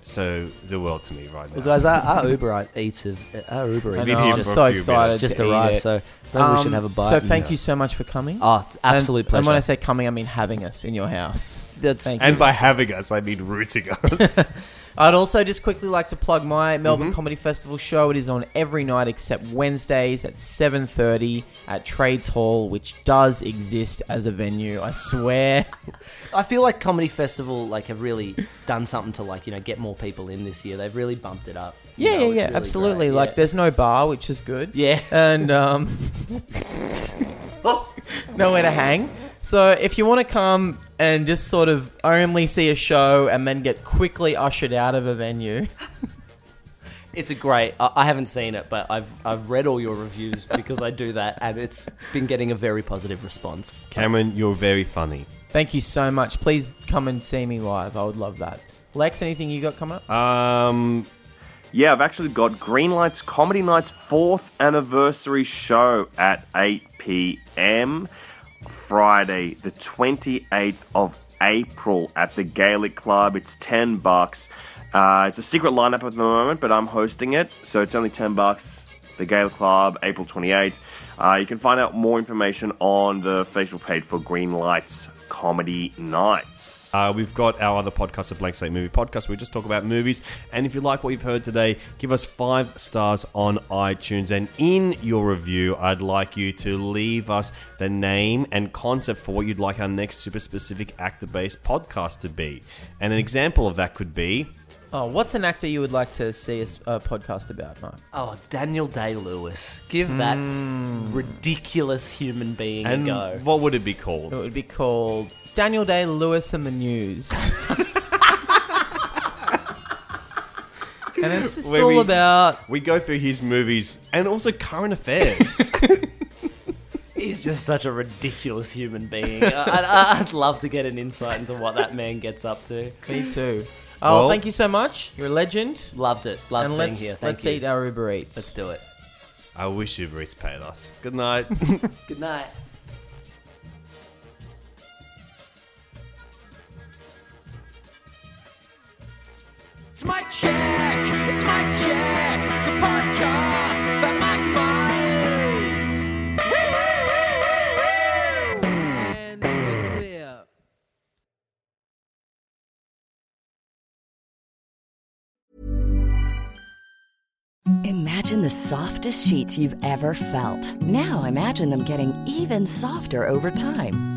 So the world to me right now.
Well, guys, our, our Uber Eats have our Uber
I
Eats
know,
have
I'm
just,
so excited
just
to eat
arrived,
it.
so maybe we should
Um,
have a bite.
So
and-
thank you so much for coming.
Oh, it's
And-
absolute
And
pleasure.
when I say coming, I mean having us in your house.
That's-
Thank
and
you.
by having us, I mean rooting
uh,
us.
I'd also just quickly like to plug my
Mm-hmm.
Melbourne Comedy Festival show. It is on every night except Wednesdays at 7:30 at Trades Hall, which does exist as a venue. I swear.
I feel like comedy festival like have really done something to like you know get more people in this year. They've really bumped it up. you
Yeah,
know,
yeah,
it's
yeah,
really
absolutely.
great,
Like,
yeah.
there's no bar, which is good.
Yeah.
And um, nowhere to hang. So, if you want to come and just sort of only see a show and then get quickly ushered out of a venue,
It's a great. I, I haven't seen it, but I've I've read all your reviews because I do that, and it's been getting a very positive response.
Cameron, you're very funny.
thank you so much. Please come and see me live. I would love that. Lex, anything you got coming up?
Uh,
Um, yeah, I've actually got Greenlight's Comedy Night's fourth anniversary show at 8 p.m. Friday, the 28th of April at the Gaelic Club. It's 10 bucks. Uh, it's a secret lineup at the moment, but I'm hosting it, so it's only 10 bucks. The Gaelic Club, April 28th. Uh, you can find out more information on the Facebook page for Greenlight's Comedy Nights.
Uh, we've got our other podcast, the Blank Slate Movie Podcast. Where we just talk about movies. And if you like what you've heard today, give us five stars on iTunes. And in your review, I'd like you to leave us the name and concept for what you'd like our next super specific actor based podcast to be. And an example of that could be
Oh, what's an actor you would like to see a s- a podcast about, Mark?
Oh, Daniel Day Lewis, give that ridiculous human being
Mm. And
a go.
what would it be called?
It would be called Daniel Day Lewis and the News. and it's just
Where
all
we-
about
We go through his movies and also current affairs.
He's just such a ridiculous human being. I, I, I'd love to get an insight into what that man gets up to.
me too. Oh,
Well-
thank you so much. You're a legend.
Loved it. Loved
and
being
let's
here. Thank
let's
you.
eat our Uber Eats.
Let's do it.
I wish Uber Eats paid us. Good night.
Good night.
It's Mike Check. It's Mike Check. The podcast by Mike Myers. And we're clear.
Imagine the softest sheets you've ever felt. Now imagine them getting even softer over time.